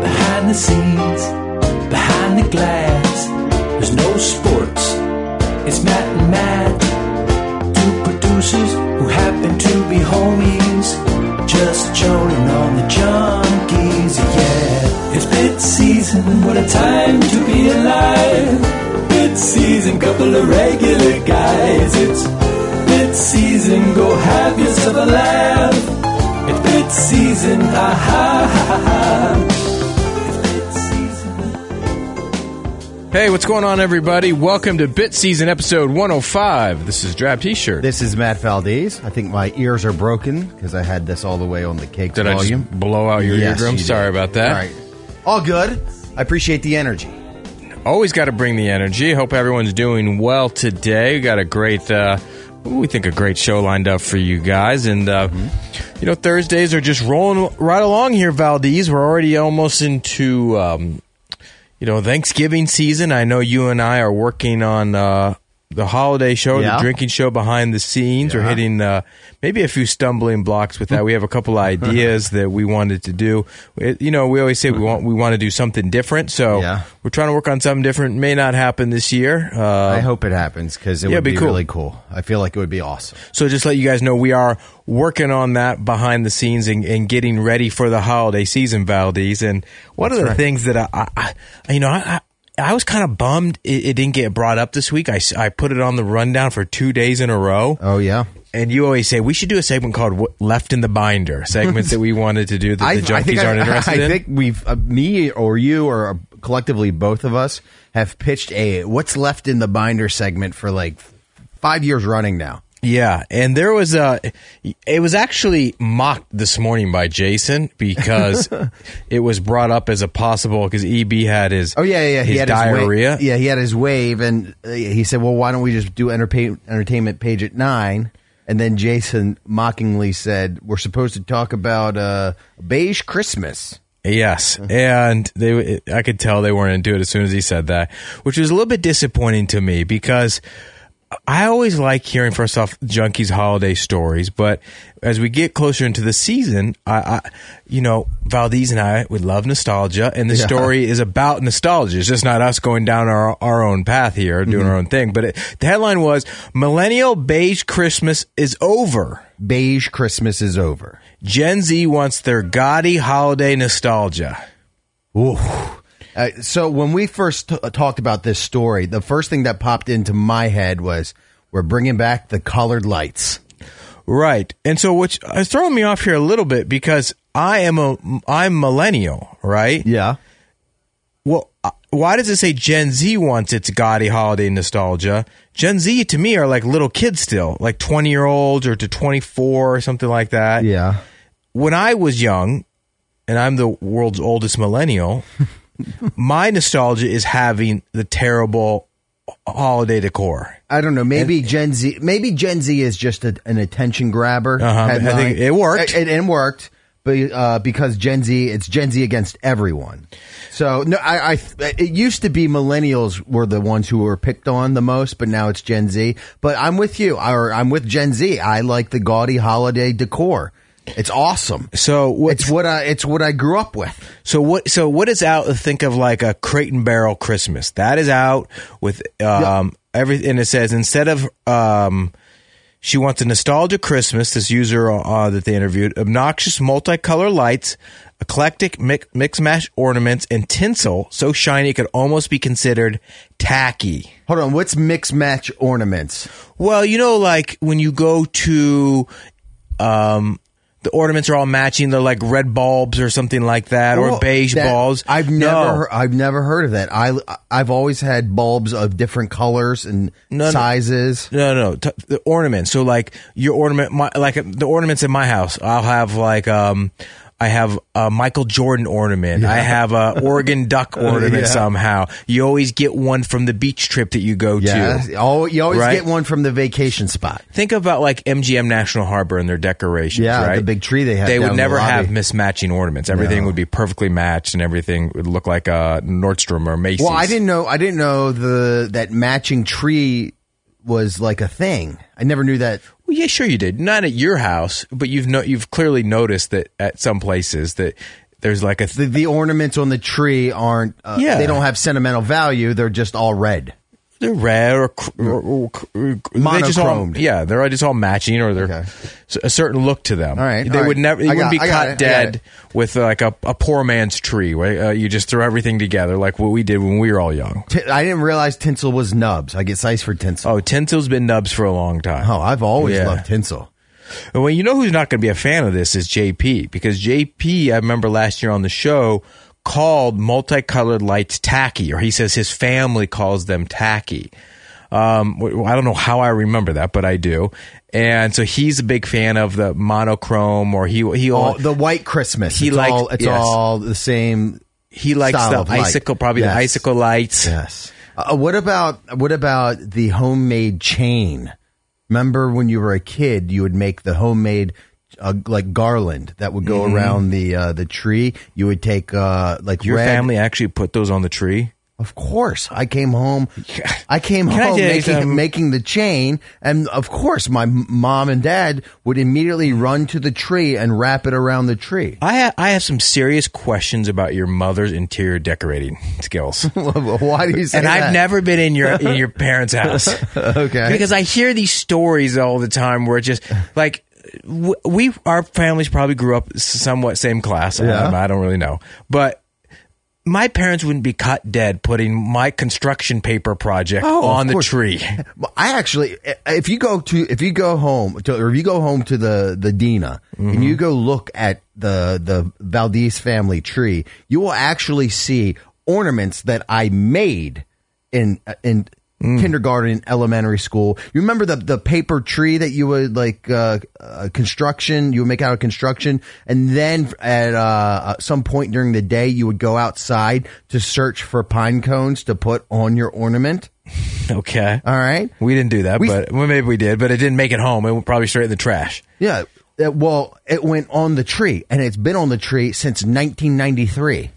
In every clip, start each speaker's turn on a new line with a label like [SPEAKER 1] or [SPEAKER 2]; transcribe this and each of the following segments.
[SPEAKER 1] Behind the scenes, behind the glass, there's no sports. It's Matt and Matt, two producers who happen to be homies, just joning on the junkies. Yeah, it's bit season. What a time to be alive! Bit season, couple of regular guys. It's bit season. Go have yourself a laugh. It's bit season. ah, Ha ha ha ha.
[SPEAKER 2] Hey, what's going on, everybody? Welcome to Bit Season episode 105. This is Drab T shirt.
[SPEAKER 3] This is Matt Valdez. I think my ears are broken because I had this all the way on the cake
[SPEAKER 2] Did I just
[SPEAKER 3] volume.
[SPEAKER 2] blow out your
[SPEAKER 3] Yes,
[SPEAKER 2] eardrum?
[SPEAKER 3] you did.
[SPEAKER 2] Sorry about that.
[SPEAKER 3] All right. All good. I appreciate the energy.
[SPEAKER 2] Always got to bring the energy. Hope everyone's doing well today. We got a great, uh, we think a great show lined up for you guys. And, uh,
[SPEAKER 3] Mm-hmm.
[SPEAKER 2] you know, Thursdays are just rolling right along here, Valdez. We're already almost into, um, you know, Thanksgiving season. I know you and I are working on, uh, the holiday show,
[SPEAKER 3] Yeah.
[SPEAKER 2] the drinking show behind the scenes, or
[SPEAKER 3] Yeah.
[SPEAKER 2] hitting uh, maybe a few stumbling blocks with that. we have a couple ideas that we wanted to do. It- you know, we always say we want we want to do something different, so
[SPEAKER 3] Yeah.
[SPEAKER 2] we're trying to work on something different. May not happen this year.
[SPEAKER 3] I
[SPEAKER 2] Uh,
[SPEAKER 3] hope it happens because it
[SPEAKER 2] Yeah,
[SPEAKER 3] would
[SPEAKER 2] be
[SPEAKER 3] be,
[SPEAKER 2] cool.
[SPEAKER 3] really cool. I feel like it would be awesome.
[SPEAKER 2] so just let you guys know, we are working on that behind the scenes and, and getting ready for the holiday season, Valdez. And one of the things that I, I, I you know, I. I I was kind of bummed it, it didn't get brought up this week. I, s- I put it on the rundown for two days in a row.
[SPEAKER 3] Oh yeah.
[SPEAKER 2] and you always say we should do a segment called what, "Left in the Binder," segments that we wanted to do that the junkies aren't interested
[SPEAKER 3] I
[SPEAKER 2] in.
[SPEAKER 3] think we've uh, me or you or uh, collectively both of us have pitched a what's left in the binder segment for like five years running now.
[SPEAKER 2] yeah, and there was a. It was actually mocked this morning by Jason because it was brought up as a possible because EB had his.
[SPEAKER 3] Oh yeah, yeah. yeah.
[SPEAKER 2] his
[SPEAKER 3] wa-
[SPEAKER 2] diarrhea.
[SPEAKER 3] yeah, he had his wave, and uh, he said, "Well, why don't we just do entertain, entertainment page at nine? And then Jason mockingly said, "We're supposed to talk about uh, beige Christmas."
[SPEAKER 2] Yes, and they I could tell they weren't into it as soon as he said that, which was a little bit disappointing to me because I always like hearing first off junkies holiday stories, but as we get closer into the season, I, I you know Valdez and I would love nostalgia, and the
[SPEAKER 3] Yeah.
[SPEAKER 2] story is about nostalgia. It's just not us going down our our own path here, doing our own thing. But it, the headline was "Millennial Beige Christmas is over."
[SPEAKER 3] Beige Christmas is over.
[SPEAKER 2] Gen Z wants their gaudy holiday nostalgia.
[SPEAKER 3] Ooh. Uh, so when we first t- talked about this story, the first thing that popped into my head was, "We're bringing back the colored lights."
[SPEAKER 2] Right. And so which is throwing me off here a little bit because I am a I'm millennial, right?
[SPEAKER 3] Yeah.
[SPEAKER 2] Well, uh, why does it say Gen Z wants its gaudy holiday nostalgia? Gen Z to me are like little kids still, like 20 year olds or to 24 or something like that.
[SPEAKER 3] Yeah.
[SPEAKER 2] When I was young, and I'm the world's oldest millennial, my nostalgia is having the terrible holiday decor.
[SPEAKER 3] I don't know. Maybe Gen Z. Maybe Gen Z is just a, an attention grabber.
[SPEAKER 2] Uh-huh, I think
[SPEAKER 3] headline.
[SPEAKER 2] it worked.
[SPEAKER 3] It, it, it worked, but uh, because Gen Z, it's Gen Z against everyone. So no, I, I. It used to be millennials were the ones who were picked on the most, but now it's Gen Z. But I'm with you, or I'm with Gen Z. I like the gaudy holiday decor. It's awesome.
[SPEAKER 2] So what,
[SPEAKER 3] It's what I. It's what I grew up with.
[SPEAKER 2] So what? So what is out? Think of like a crate and barrel Christmas. That is out with um every and it says instead of um. She wants a nostalgia Christmas. This user uh, that they interviewed, obnoxious multicolor lights, eclectic mix, mix mash ornaments, and tinsel so shiny it could almost be considered tacky.
[SPEAKER 3] Hold on. What's mixed match ornaments?
[SPEAKER 2] Well, you know, like when you go to um, the ornaments are all matching. They're like red bulbs or something like that,
[SPEAKER 3] Well,
[SPEAKER 2] or beige
[SPEAKER 3] that-
[SPEAKER 2] bulbs.
[SPEAKER 3] I've
[SPEAKER 2] No.
[SPEAKER 3] never, I've never heard of that. I, I've always had bulbs of different colors and
[SPEAKER 2] No, no.
[SPEAKER 3] sizes.
[SPEAKER 2] No, no, t- the ornament. So like your ornament, my, like uh, the ornaments in my house, I'll have like um, I have a Michael Jordan ornament. I have a Oregon Duck ornament
[SPEAKER 3] Yeah.
[SPEAKER 2] somehow. You always get one from the beach trip that you go
[SPEAKER 3] Yeah,
[SPEAKER 2] to.
[SPEAKER 3] al- you always
[SPEAKER 2] Right?
[SPEAKER 3] get one from the vacation spot.
[SPEAKER 2] Think about like MGM National Harbor and their decorations.
[SPEAKER 3] Yeah,
[SPEAKER 2] right?
[SPEAKER 3] the big tree they have
[SPEAKER 2] They
[SPEAKER 3] down
[SPEAKER 2] would
[SPEAKER 3] in the
[SPEAKER 2] never
[SPEAKER 3] lobby.
[SPEAKER 2] have mismatching ornaments. Everything would be perfectly matched, and everything would look like a Nordstrom or Macy's.
[SPEAKER 3] Well, I didn't know, I didn't know the that matching tree was like a thing. I never knew that.
[SPEAKER 2] Well, yeah, sure you did. Not at your house, but you've no, you've clearly noticed that at some places that there's like a th-
[SPEAKER 3] The, the ornaments on the tree aren't. Uh,
[SPEAKER 2] Yeah.
[SPEAKER 3] they don't have sentimental value. They're just all red.
[SPEAKER 2] they're red or, cr- or, or, cr- they just all,
[SPEAKER 3] Monochromed.
[SPEAKER 2] yeah, they're just all matching or they're
[SPEAKER 3] Okay.
[SPEAKER 2] s- a certain look to them.
[SPEAKER 3] All right,
[SPEAKER 2] they
[SPEAKER 3] all
[SPEAKER 2] would
[SPEAKER 3] right.
[SPEAKER 2] never. It
[SPEAKER 3] I
[SPEAKER 2] wouldn't
[SPEAKER 3] got-
[SPEAKER 2] be
[SPEAKER 3] I got
[SPEAKER 2] caught
[SPEAKER 3] it, I got
[SPEAKER 2] dead
[SPEAKER 3] it.
[SPEAKER 2] with uh, like a, a poor man's tree. Where uh, you just throw everything together like what we did when we were all young.
[SPEAKER 3] T- I didn't realize tinsel was nubs. I get sized for tinsel.
[SPEAKER 2] Oh, tinsel's been nubs for a long time.
[SPEAKER 3] Oh, I've always
[SPEAKER 2] Yeah.
[SPEAKER 3] loved tinsel.
[SPEAKER 2] Well, you know who's not going to be a fan of this is JP because JP, I remember last year on the show, called multicolored lights tacky, or he says his family calls them tacky. Um, w- I don't know how I remember that, but I do. And so he's a big fan of the monochrome, or he he
[SPEAKER 3] All, the white Christmas.
[SPEAKER 2] He
[SPEAKER 3] it's
[SPEAKER 2] liked-
[SPEAKER 3] all, it's
[SPEAKER 2] yes.
[SPEAKER 3] all the same.
[SPEAKER 2] he likes
[SPEAKER 3] style
[SPEAKER 2] the
[SPEAKER 3] of light.
[SPEAKER 2] icicle, probably
[SPEAKER 3] Yes.
[SPEAKER 2] the icicle lights.
[SPEAKER 3] Yes. Uh, what about what about the homemade chain? Remember when you were a kid, you would make the homemade uh, like garland that would go
[SPEAKER 2] Mm-hmm.
[SPEAKER 3] around the uh, the tree. You would take uh, like
[SPEAKER 2] Your
[SPEAKER 3] red.
[SPEAKER 2] family actually put those on the tree.
[SPEAKER 3] Of course, I came home. I came
[SPEAKER 2] Can I
[SPEAKER 3] home
[SPEAKER 2] tell you
[SPEAKER 3] making,
[SPEAKER 2] something?
[SPEAKER 3] making the chain, and of course, my m- mom and dad would immediately run to the tree and wrap it around the tree.
[SPEAKER 2] I ha- I have some serious questions about your mother's interior decorating skills.
[SPEAKER 3] Why do you say
[SPEAKER 2] and
[SPEAKER 3] that?
[SPEAKER 2] I've never been in your in your parents' house. okay, because I hear these stories all the time where it's just like w- we our families probably grew up s- somewhat same class. I don't- I don't really know, but. My parents wouldn't be caught dead putting my construction paper project
[SPEAKER 3] Oh, of
[SPEAKER 2] on the
[SPEAKER 3] course.
[SPEAKER 2] tree.
[SPEAKER 3] Well, I actually, if you go to, if you go home to, or if you go home to the the Dina and you go look at the the Valdez family tree, you will actually see ornaments that I made in in kindergarten, elementary school. You remember the the paper tree that you would like uh, uh, construction, you would make out of construction, and then at uh, uh, some point during the day, you would go outside to search for pine cones to put on your ornament.
[SPEAKER 2] Okay.
[SPEAKER 3] All right.
[SPEAKER 2] We didn't do that,
[SPEAKER 3] We-
[SPEAKER 2] but well, maybe we did, but it didn't make it home. It went probably straight in the trash.
[SPEAKER 3] Yeah. Uh, well, it went on the tree, and it's been on the tree since 1993.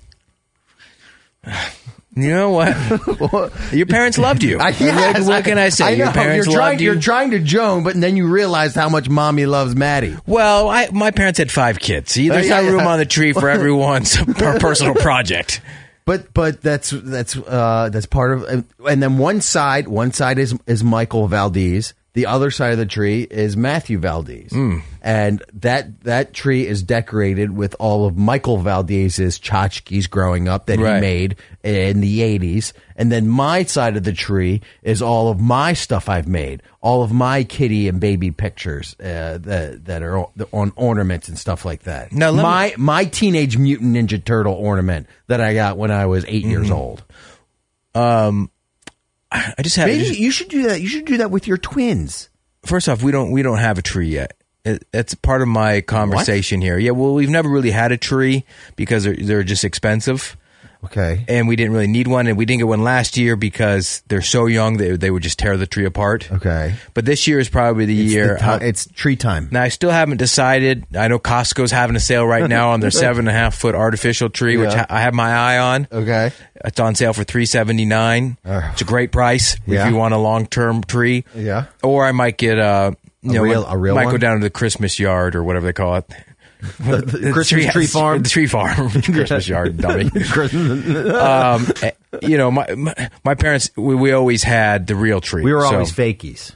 [SPEAKER 2] You know what? your parents loved you.
[SPEAKER 3] I- yes,
[SPEAKER 2] what, what can I say?
[SPEAKER 3] I know.
[SPEAKER 2] Your parents
[SPEAKER 3] you're
[SPEAKER 2] loved
[SPEAKER 3] trying,
[SPEAKER 2] you.
[SPEAKER 3] are trying to joan, but then you realize how much mommy loves Maddie.
[SPEAKER 2] Well, I, my parents had five kids. See, there's
[SPEAKER 3] Yeah,
[SPEAKER 2] not room
[SPEAKER 3] yeah.
[SPEAKER 2] on the tree for everyone's per- personal project.
[SPEAKER 3] But but that's that's uh, that's part of. and then one side, one side is is Michael Valdez. The other side of the tree is Matthew Valdez, and that that tree is decorated with all of Michael Valdez's tchotchkes growing up that
[SPEAKER 2] Right.
[SPEAKER 3] he made. made in the 80s. And then my side of the tree is all of my stuff I've made, all of my kitty and baby pictures uh, that, that are on- on ornaments and stuff like that.
[SPEAKER 2] Now, let me-
[SPEAKER 3] my, my Teenage Mutant Ninja Turtle ornament that I got when I was 8 years old.
[SPEAKER 2] I just have.
[SPEAKER 3] Maybe
[SPEAKER 2] just-
[SPEAKER 3] you should do that. You should do that with your twins.
[SPEAKER 2] first off, we don't we don't have a tree yet. It, that's part of my conversation here. Yeah, well, we've never really had a tree because they're, they're just expensive,
[SPEAKER 3] Okay.
[SPEAKER 2] and we didn't really need one, and we didn't get one last year because they're so young that they would just tear the tree apart.
[SPEAKER 3] Okay.
[SPEAKER 2] But this year is probably the
[SPEAKER 3] It's, the
[SPEAKER 2] year.
[SPEAKER 3] ti-
[SPEAKER 2] I'll-
[SPEAKER 3] it's tree time.
[SPEAKER 2] Now I still haven't decided. I know Costco's having a sale right now on their seven and a half foot artificial tree, which
[SPEAKER 3] Yeah.
[SPEAKER 2] I have my eye on.
[SPEAKER 3] Okay.
[SPEAKER 2] It's on sale for three seventy nine. It's a great price
[SPEAKER 3] Uh. Yeah.
[SPEAKER 2] if you want a long term tree.
[SPEAKER 3] Yeah.
[SPEAKER 2] Or I might get uh, you
[SPEAKER 3] A
[SPEAKER 2] know,
[SPEAKER 3] real- a real
[SPEAKER 2] might go
[SPEAKER 3] one?
[SPEAKER 2] down to the Christmas yard or whatever they call it.
[SPEAKER 3] The, the Christmas tree farm.
[SPEAKER 2] the tree farm, Christmas yard, dummy. um, eh, you know, my, my my parents, we, we always had the real tree.
[SPEAKER 3] We were
[SPEAKER 2] so-
[SPEAKER 3] always fakies.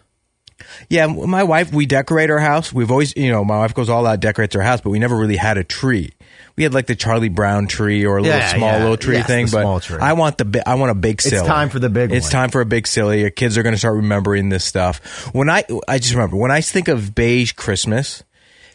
[SPEAKER 2] yeah, m- my wife, we decorate our house. We've always, you know, my wife goes all out, decorates her house, but we never really had a tree. We had like the Charlie Brown tree or a little
[SPEAKER 3] Yeah,
[SPEAKER 2] small
[SPEAKER 3] yeah.
[SPEAKER 2] little tree
[SPEAKER 3] Yes,
[SPEAKER 2] thing,
[SPEAKER 3] the
[SPEAKER 2] but
[SPEAKER 3] small tree.
[SPEAKER 2] I want the bi- I want a big silly.
[SPEAKER 3] time for the big
[SPEAKER 2] It's
[SPEAKER 3] one.
[SPEAKER 2] time for a big silly. Your kids are going to start remembering this stuff. When I I just remember when I think of beige Christmas,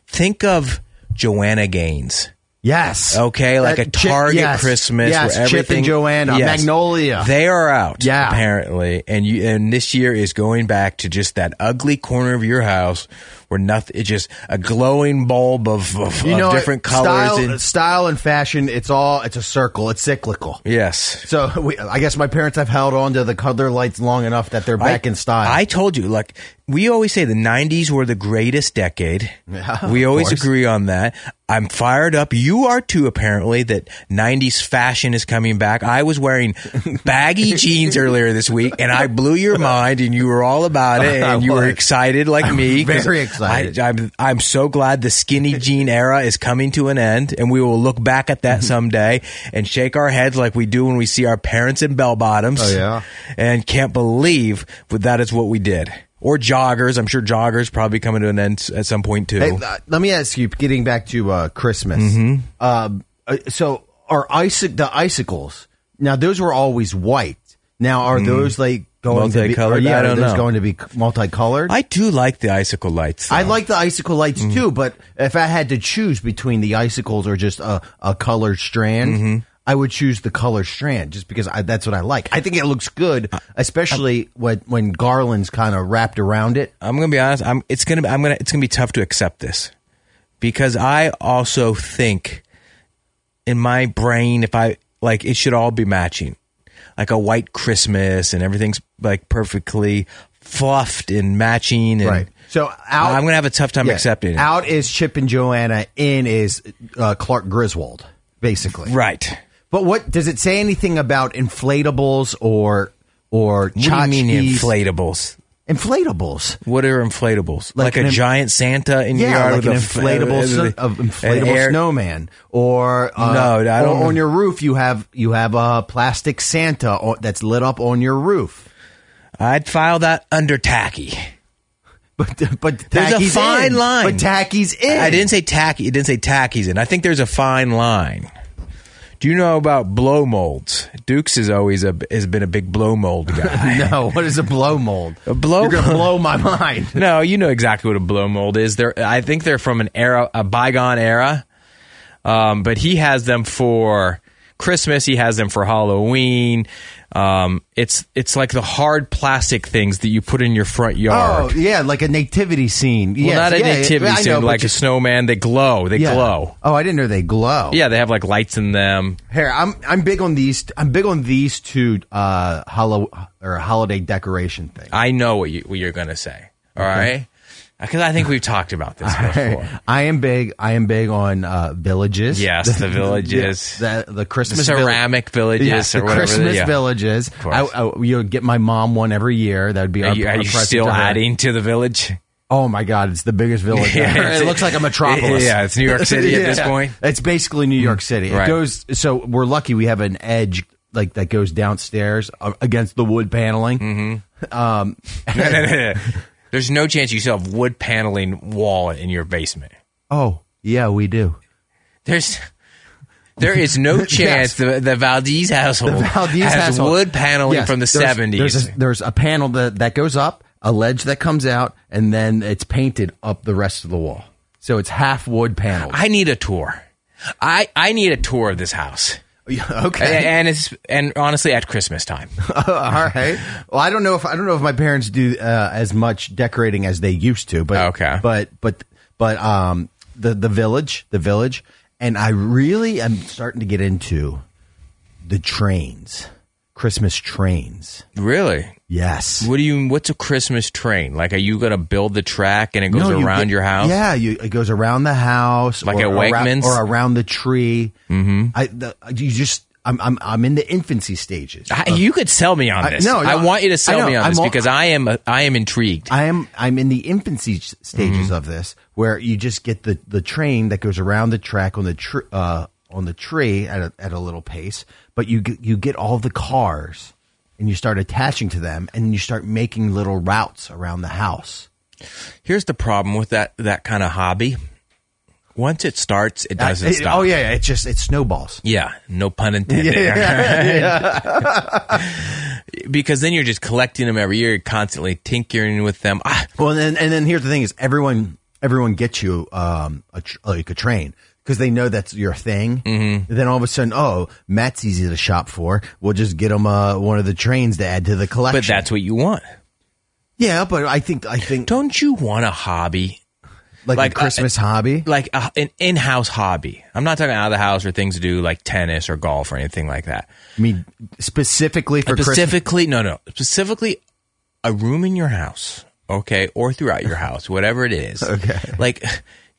[SPEAKER 2] think of Joanna Gaines.
[SPEAKER 3] Yes.
[SPEAKER 2] Okay, like
[SPEAKER 3] That
[SPEAKER 2] a
[SPEAKER 3] Chip-
[SPEAKER 2] Target
[SPEAKER 3] yes.
[SPEAKER 2] Christmas
[SPEAKER 3] Yes,
[SPEAKER 2] where everything.
[SPEAKER 3] Chip and Joanna,
[SPEAKER 2] Yes.
[SPEAKER 3] Magnolia.
[SPEAKER 2] They are out,
[SPEAKER 3] Yeah.
[SPEAKER 2] apparently, and you and this year is going back to just that ugly corner of your house where nothing. It's just a glowing bulb of, of, of
[SPEAKER 3] what?
[SPEAKER 2] different colors.
[SPEAKER 3] Style,
[SPEAKER 2] and,
[SPEAKER 3] style and fashion, it's all it's a circle. It's cyclical.
[SPEAKER 2] yes,
[SPEAKER 3] So we, I guess my parents have held on to the color lights long enough that they're back
[SPEAKER 2] I-
[SPEAKER 3] in style.
[SPEAKER 2] I told you, like we always say, the '90s were the greatest decade. we always
[SPEAKER 3] course.
[SPEAKER 2] agree on that. I'm fired up. You are too, apparently. That '90s fashion is coming back. I was wearing baggy jeans earlier this week, and I blew your mind, and you were all about it,
[SPEAKER 3] I
[SPEAKER 2] and you were
[SPEAKER 3] was.
[SPEAKER 2] excited like me. 'cause
[SPEAKER 3] very excited.
[SPEAKER 2] I, I'm, I'm so glad the skinny jean era is coming to an end, and we will look back at that someday and shake our heads like we do when we see our parents in bell bottoms
[SPEAKER 3] Oh, yeah.
[SPEAKER 2] and can't believe that that is what we did. Or joggers. I'm sure joggers probably coming to an end s- at some point too.
[SPEAKER 3] Hey, uh, let me ask you. Getting back to uh, Christmas,
[SPEAKER 2] Mm-hmm.
[SPEAKER 3] um, uh, so are ice the icicles? Now those were always white. Now are those like going to be?
[SPEAKER 2] Mm. Multicolored?
[SPEAKER 3] Or, yeah,
[SPEAKER 2] I don't
[SPEAKER 3] are those
[SPEAKER 2] know.
[SPEAKER 3] going to be multicolored?
[SPEAKER 2] I Mm-hmm. do like the icicle lights. though.
[SPEAKER 3] I like the icicle lights too, but if I had to choose between the icicles or just a, a colored strand,
[SPEAKER 2] Mm-hmm.
[SPEAKER 3] I would choose the color strand just because I, that's what I like. I think it looks good, especially when when garlands kind of wrapped around it.
[SPEAKER 2] I'm gonna be honest. I'm. It's gonna. be- I'm gonna. It's gonna be tough to accept this because I also think in my brain, if I like, it should all be matching, like a white Christmas and everything's like perfectly fluffed and matching. And
[SPEAKER 3] So out,
[SPEAKER 2] I'm gonna have a tough time
[SPEAKER 3] yeah,
[SPEAKER 2] accepting it.
[SPEAKER 3] Out is Chip and Joanna. In is uh, Clark Griswold, basically.
[SPEAKER 2] Right.
[SPEAKER 3] But what does it say anything about inflatables or or
[SPEAKER 2] What do you mean
[SPEAKER 3] tchotchkes?
[SPEAKER 2] inflatables?
[SPEAKER 3] inflatables?
[SPEAKER 2] What are inflatables? Like,
[SPEAKER 3] Like
[SPEAKER 2] a
[SPEAKER 3] an-
[SPEAKER 2] giant Santa in your
[SPEAKER 3] Yeah,
[SPEAKER 2] yard
[SPEAKER 3] like
[SPEAKER 2] with
[SPEAKER 3] an
[SPEAKER 2] a f-
[SPEAKER 3] inflatable,
[SPEAKER 2] uh,
[SPEAKER 3] sn-
[SPEAKER 2] uh,
[SPEAKER 3] of
[SPEAKER 2] an
[SPEAKER 3] inflatable
[SPEAKER 2] air-
[SPEAKER 3] snowman, or uh,
[SPEAKER 2] No, I don't
[SPEAKER 3] or on
[SPEAKER 2] know.
[SPEAKER 3] your roof you have you have a plastic Santa o- that's lit up on your roof.
[SPEAKER 2] I'd file that under tacky.
[SPEAKER 3] But but
[SPEAKER 2] There's a
[SPEAKER 3] tacky's
[SPEAKER 2] fine
[SPEAKER 3] in.
[SPEAKER 2] line.
[SPEAKER 3] But tacky's in.
[SPEAKER 2] I didn't say tacky. It didn't say tackies in. I think there's a fine line. Do you know about blow molds? Dukes is always a has been a big blow mold guy.
[SPEAKER 3] No, what is a blow mold?
[SPEAKER 2] A blow-
[SPEAKER 3] You're gonna blow my mind.
[SPEAKER 2] No, you know exactly what a blow mold is. They're, I think they're from an era, a bygone era. Um, but he has them for Christmas. He has them for Halloween. Um, it's it's like the hard plastic things that you put in your front
[SPEAKER 3] Oh
[SPEAKER 2] yard.
[SPEAKER 3] yeah, like a nativity scene.
[SPEAKER 2] well,
[SPEAKER 3] Yes,
[SPEAKER 2] not a
[SPEAKER 3] yeah, yeah,
[SPEAKER 2] nativity
[SPEAKER 3] I know,
[SPEAKER 2] scene,
[SPEAKER 3] but
[SPEAKER 2] like a
[SPEAKER 3] just-
[SPEAKER 2] snowman. They glow. They
[SPEAKER 3] yeah.
[SPEAKER 2] glow.
[SPEAKER 3] Oh, I didn't know they glow.
[SPEAKER 2] Yeah, they have like lights in them.
[SPEAKER 3] Here, I'm I'm big on these. I'm big on these two uh, hollow or holiday decoration things.
[SPEAKER 2] I know what, you, what you're going to say. All right? Because I think we've talked about this before.
[SPEAKER 3] I am big. I am big on uh, villages.
[SPEAKER 2] Yes, the villages.
[SPEAKER 3] The, the, Christmas vill-
[SPEAKER 2] ceramic villages
[SPEAKER 3] Yes,
[SPEAKER 2] or
[SPEAKER 3] the
[SPEAKER 2] whatever.
[SPEAKER 3] Christmas
[SPEAKER 2] yeah.
[SPEAKER 3] villages.
[SPEAKER 2] course.
[SPEAKER 3] I, I, you get my mom one every year. That would be.
[SPEAKER 2] Are
[SPEAKER 3] our,
[SPEAKER 2] you,
[SPEAKER 3] our
[SPEAKER 2] are you
[SPEAKER 3] present
[SPEAKER 2] still
[SPEAKER 3] to her.
[SPEAKER 2] adding to the village?
[SPEAKER 3] Oh my God! It's the biggest village.
[SPEAKER 2] Yeah,
[SPEAKER 3] ever.
[SPEAKER 2] it's-
[SPEAKER 3] It looks like a metropolis.
[SPEAKER 2] Yeah, it's New York City at this
[SPEAKER 3] Yeah.
[SPEAKER 2] point. Hmm.
[SPEAKER 3] It's basically New York City. It
[SPEAKER 2] Right.
[SPEAKER 3] goes. So we're lucky we have an edge like that goes downstairs uh, against the wood paneling.
[SPEAKER 2] Mm-hmm. There's no chance you still have wood paneling wall in your basement.
[SPEAKER 3] Oh yeah, we do.
[SPEAKER 2] There's there is no chance the, the Valdez household
[SPEAKER 3] Valdez
[SPEAKER 2] has
[SPEAKER 3] household.
[SPEAKER 2] wood paneling
[SPEAKER 3] Yes,
[SPEAKER 2] from the
[SPEAKER 3] there's-
[SPEAKER 2] 70s.
[SPEAKER 3] There's a, there's a panel that, that goes up, a ledge that comes out, and then it's painted up the rest of the wall. So it's half wood panel.
[SPEAKER 2] I need a tour. I, I need a tour of this house. A-
[SPEAKER 3] okay.
[SPEAKER 2] And it's and honestly at Christmas time.
[SPEAKER 3] All
[SPEAKER 2] Uh,
[SPEAKER 3] right. Well, I don't know if I don't know if my parents do uh, as much decorating as they used to, but
[SPEAKER 2] Okay.
[SPEAKER 3] But but but um the the village, the village, and I really am starting to get into the trains. Christmas trains.
[SPEAKER 2] Really?
[SPEAKER 3] Yes.
[SPEAKER 2] What do you? What's a Christmas train? Like, are you gonna build the track and it goes
[SPEAKER 3] No, you
[SPEAKER 2] around
[SPEAKER 3] get-
[SPEAKER 2] your house?
[SPEAKER 3] Yeah, you, it goes around the house,
[SPEAKER 2] Like at
[SPEAKER 3] or around,
[SPEAKER 2] Wegmans?
[SPEAKER 3] or around the tree. Mm-hmm. I, the, you just, I'm, I'm, I'm in the infancy stages.
[SPEAKER 2] I, you could sell me on
[SPEAKER 3] I-
[SPEAKER 2] this.
[SPEAKER 3] no,
[SPEAKER 2] I
[SPEAKER 3] no,
[SPEAKER 2] want you
[SPEAKER 3] I
[SPEAKER 2] to sell
[SPEAKER 3] know,
[SPEAKER 2] me on
[SPEAKER 3] I'm
[SPEAKER 2] this
[SPEAKER 3] all-
[SPEAKER 2] because I am I am intrigued.
[SPEAKER 3] I am, I'm in the infancy s- stages
[SPEAKER 2] Mm-hmm.
[SPEAKER 3] of this, where you just get the the train that goes around the track on the tr- uh, on the tree at a, at a little pace, but you get, you get all the cars. And you start attaching to them, and you start making little routes around the house.
[SPEAKER 2] Here's the problem with that that kind of hobby. Once it starts, it doesn't
[SPEAKER 3] I- it-
[SPEAKER 2] stop.
[SPEAKER 3] Oh yeah, yeah, it just it snowballs.
[SPEAKER 2] Yeah, no pun intended. because then you're just collecting them every year, you're constantly tinkering with them. Ah,
[SPEAKER 3] Well, and then, and then here's the thing: is everyone everyone gets you um a tr- like a train because they know that's your thing. Mm-hmm. Then all of a sudden, oh, Matt's easy to shop for. We'll just get him uh, one of the trains to add to the collection.
[SPEAKER 2] But that's what you want.
[SPEAKER 3] yeah, but I think I think
[SPEAKER 2] Don't you want a hobby?
[SPEAKER 3] like,
[SPEAKER 2] like,
[SPEAKER 3] a Christmas hobby.
[SPEAKER 2] Like a, an in house hobby. I'm not talking out of the house or things to do like tennis or golf or anything like that.
[SPEAKER 3] I mean, specifically for Christmas.
[SPEAKER 2] specifically no no specifically a room in your house okay or throughout your house whatever it is okay like